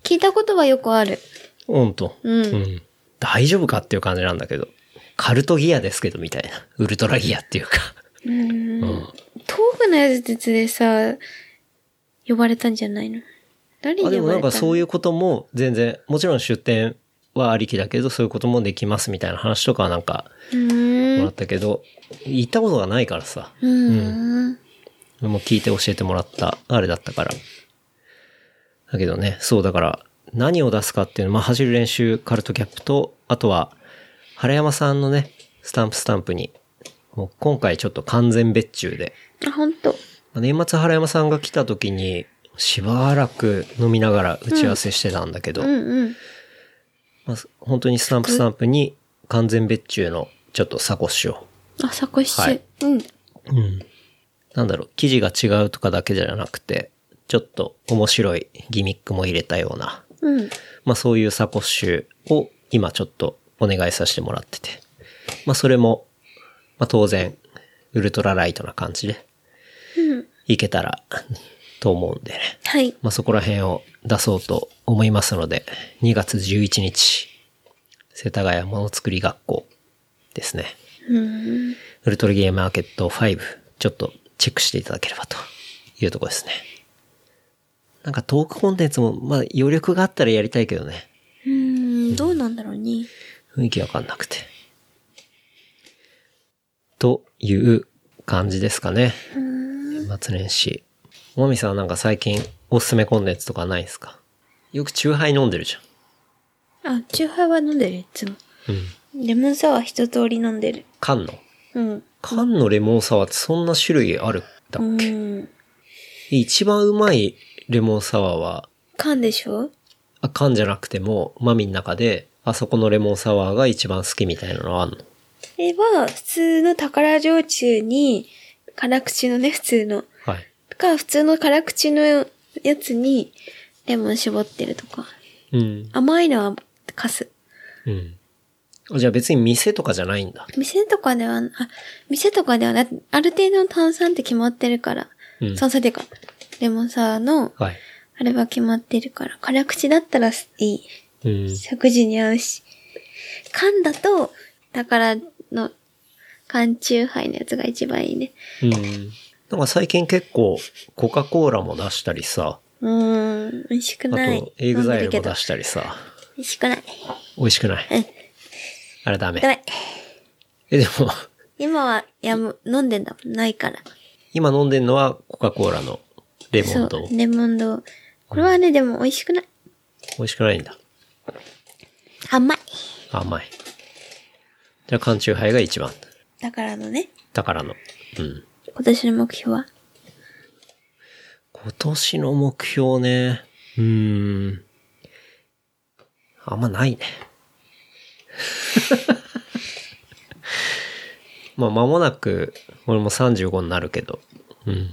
聞いたことはよくある。
ほんと。
うん
ん大丈夫かっていう感じなんだけど。カルトギアですけど、みたいな。ウルトラギアっていうか。
うん。豆腐のやつでさ、呼ばれたんじゃないの誰に
あ
呼ば
で
れた。
もなんかそういううことも全然、もちろん出店はありきだけど、そういうこともできますみたいな話とかはなんか
うー
も
ん。
らったけど、行ったことがないからさ。
うーん。
もう聞いて教えてもらった、あれだったから。だけどね、そうだから、何を出すかっていうの、まあ、走る練習、カルトキャップと、あとは、原山さんのね、スタンプスタンプに、もう今回ちょっと完全別注で。
あ、ほんと。
まあ年末原山さんが来た時に、しばらく飲みながら打ち合わせしてたんだけど、
うんうん。
まあ、本当にスタンプスタンプに完全別注のちょっとサコッシュを。
あ、サコッシュ。
はい
うん。
うん。なんだろう、生地が違うとかだけじゃなくて、ちょっと面白いギミックも入れたような、
うん。
まあそういうサコッシュを今ちょっとお願いさせてもらってて。まあそれも、まあ当然、ウルトラライトな感じで、
うん。
いけたら、と思うんでね。
はい。
まあそこら辺を出そうと思いますので、2月11日、世田谷ものづくり学校ですね。
うん。
ウルトラゲームマーケット5、ちょっとチェックしていただければというところですね。なんかトークコンテンツも、まあ余力があったらやりたいけどね。
うん。どうなんだろうね。
雰囲気わかんなくて。という感じですかね。年末年始。もみさんはなんか最近おすすめコンテンツとかないですかよくチューハイ飲んでるじ
あ、チューハイは飲んでる、いつも。
ゃん。うん。
レモンサワー一通り飲んでる。
缶の
うん。
缶のレモンサワーってそんな種類あるんだ
う
っけ、
ん。
一番うまいレモンサワーは、
缶でしょ
あ缶じゃなくても、マミの中で、あそこのレモンサワーが一番好きみたいなのあんの
あれは、普通の宝焼酎に、辛口のね、普通の。
はい。
か、普通の辛口のやつに、レモン絞ってるとか。
うん。
甘いのは、カス。
うん。あじゃあ別に店とかじゃないんだ。
店とかでは、あ、店とかではな、ある程度の炭酸って決まってるから。
うん
炭酸っていうか、レモンサワーの、
はい。
あれは決まってるから。辛口だったらいい。
うん。
食事に合うし。缶だと、宝の缶チューハイのやつが一番いいね。
うん。なんか最近結構、コカ・コーラも出したりさ、
うーん、美味しく
あ
ない。
と、エグザイル
飲んでるけ
も
ど
出したりさ、
美味しくない。
美味しくない
うん。
あれダメ
ダ。メ。
え、でも、
今は、やむ、飲んでんだもん、ないから。
今飲んでんのはコカ・コーラのレモ
そ
ン
う
と、、美
レモンド。これはね、でも美味しくない。
味しくないんだ。
甘い。
甘い。じゃあ缶チューハイが一番。
だからのね、
宝の。うん。
今年の目標は。
今年の目標ね。うーん。あんまないね。 まあ、間もなく、俺も35になるけど、うん。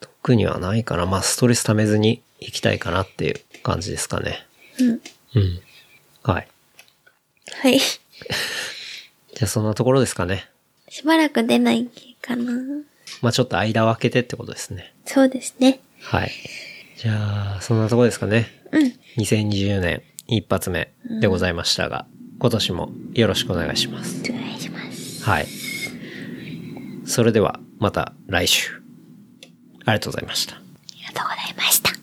特にはないかな。まあ、ストレス溜めずに行きたいかなっていう感じですかね。
うん。
うん。はい。
はい。
じゃあ、そんなところですかね。
しばらく出ないかな。
まあ、ちょっと間を空けてってことですね。
そうですね。
はい。じゃあ、そんなところですかね。
うん。
2020年一発目でございましたが、今年もよろしくお願いします。
お願いします。
はい。それではまた来週。ありがとうございました。
ありがとうございました。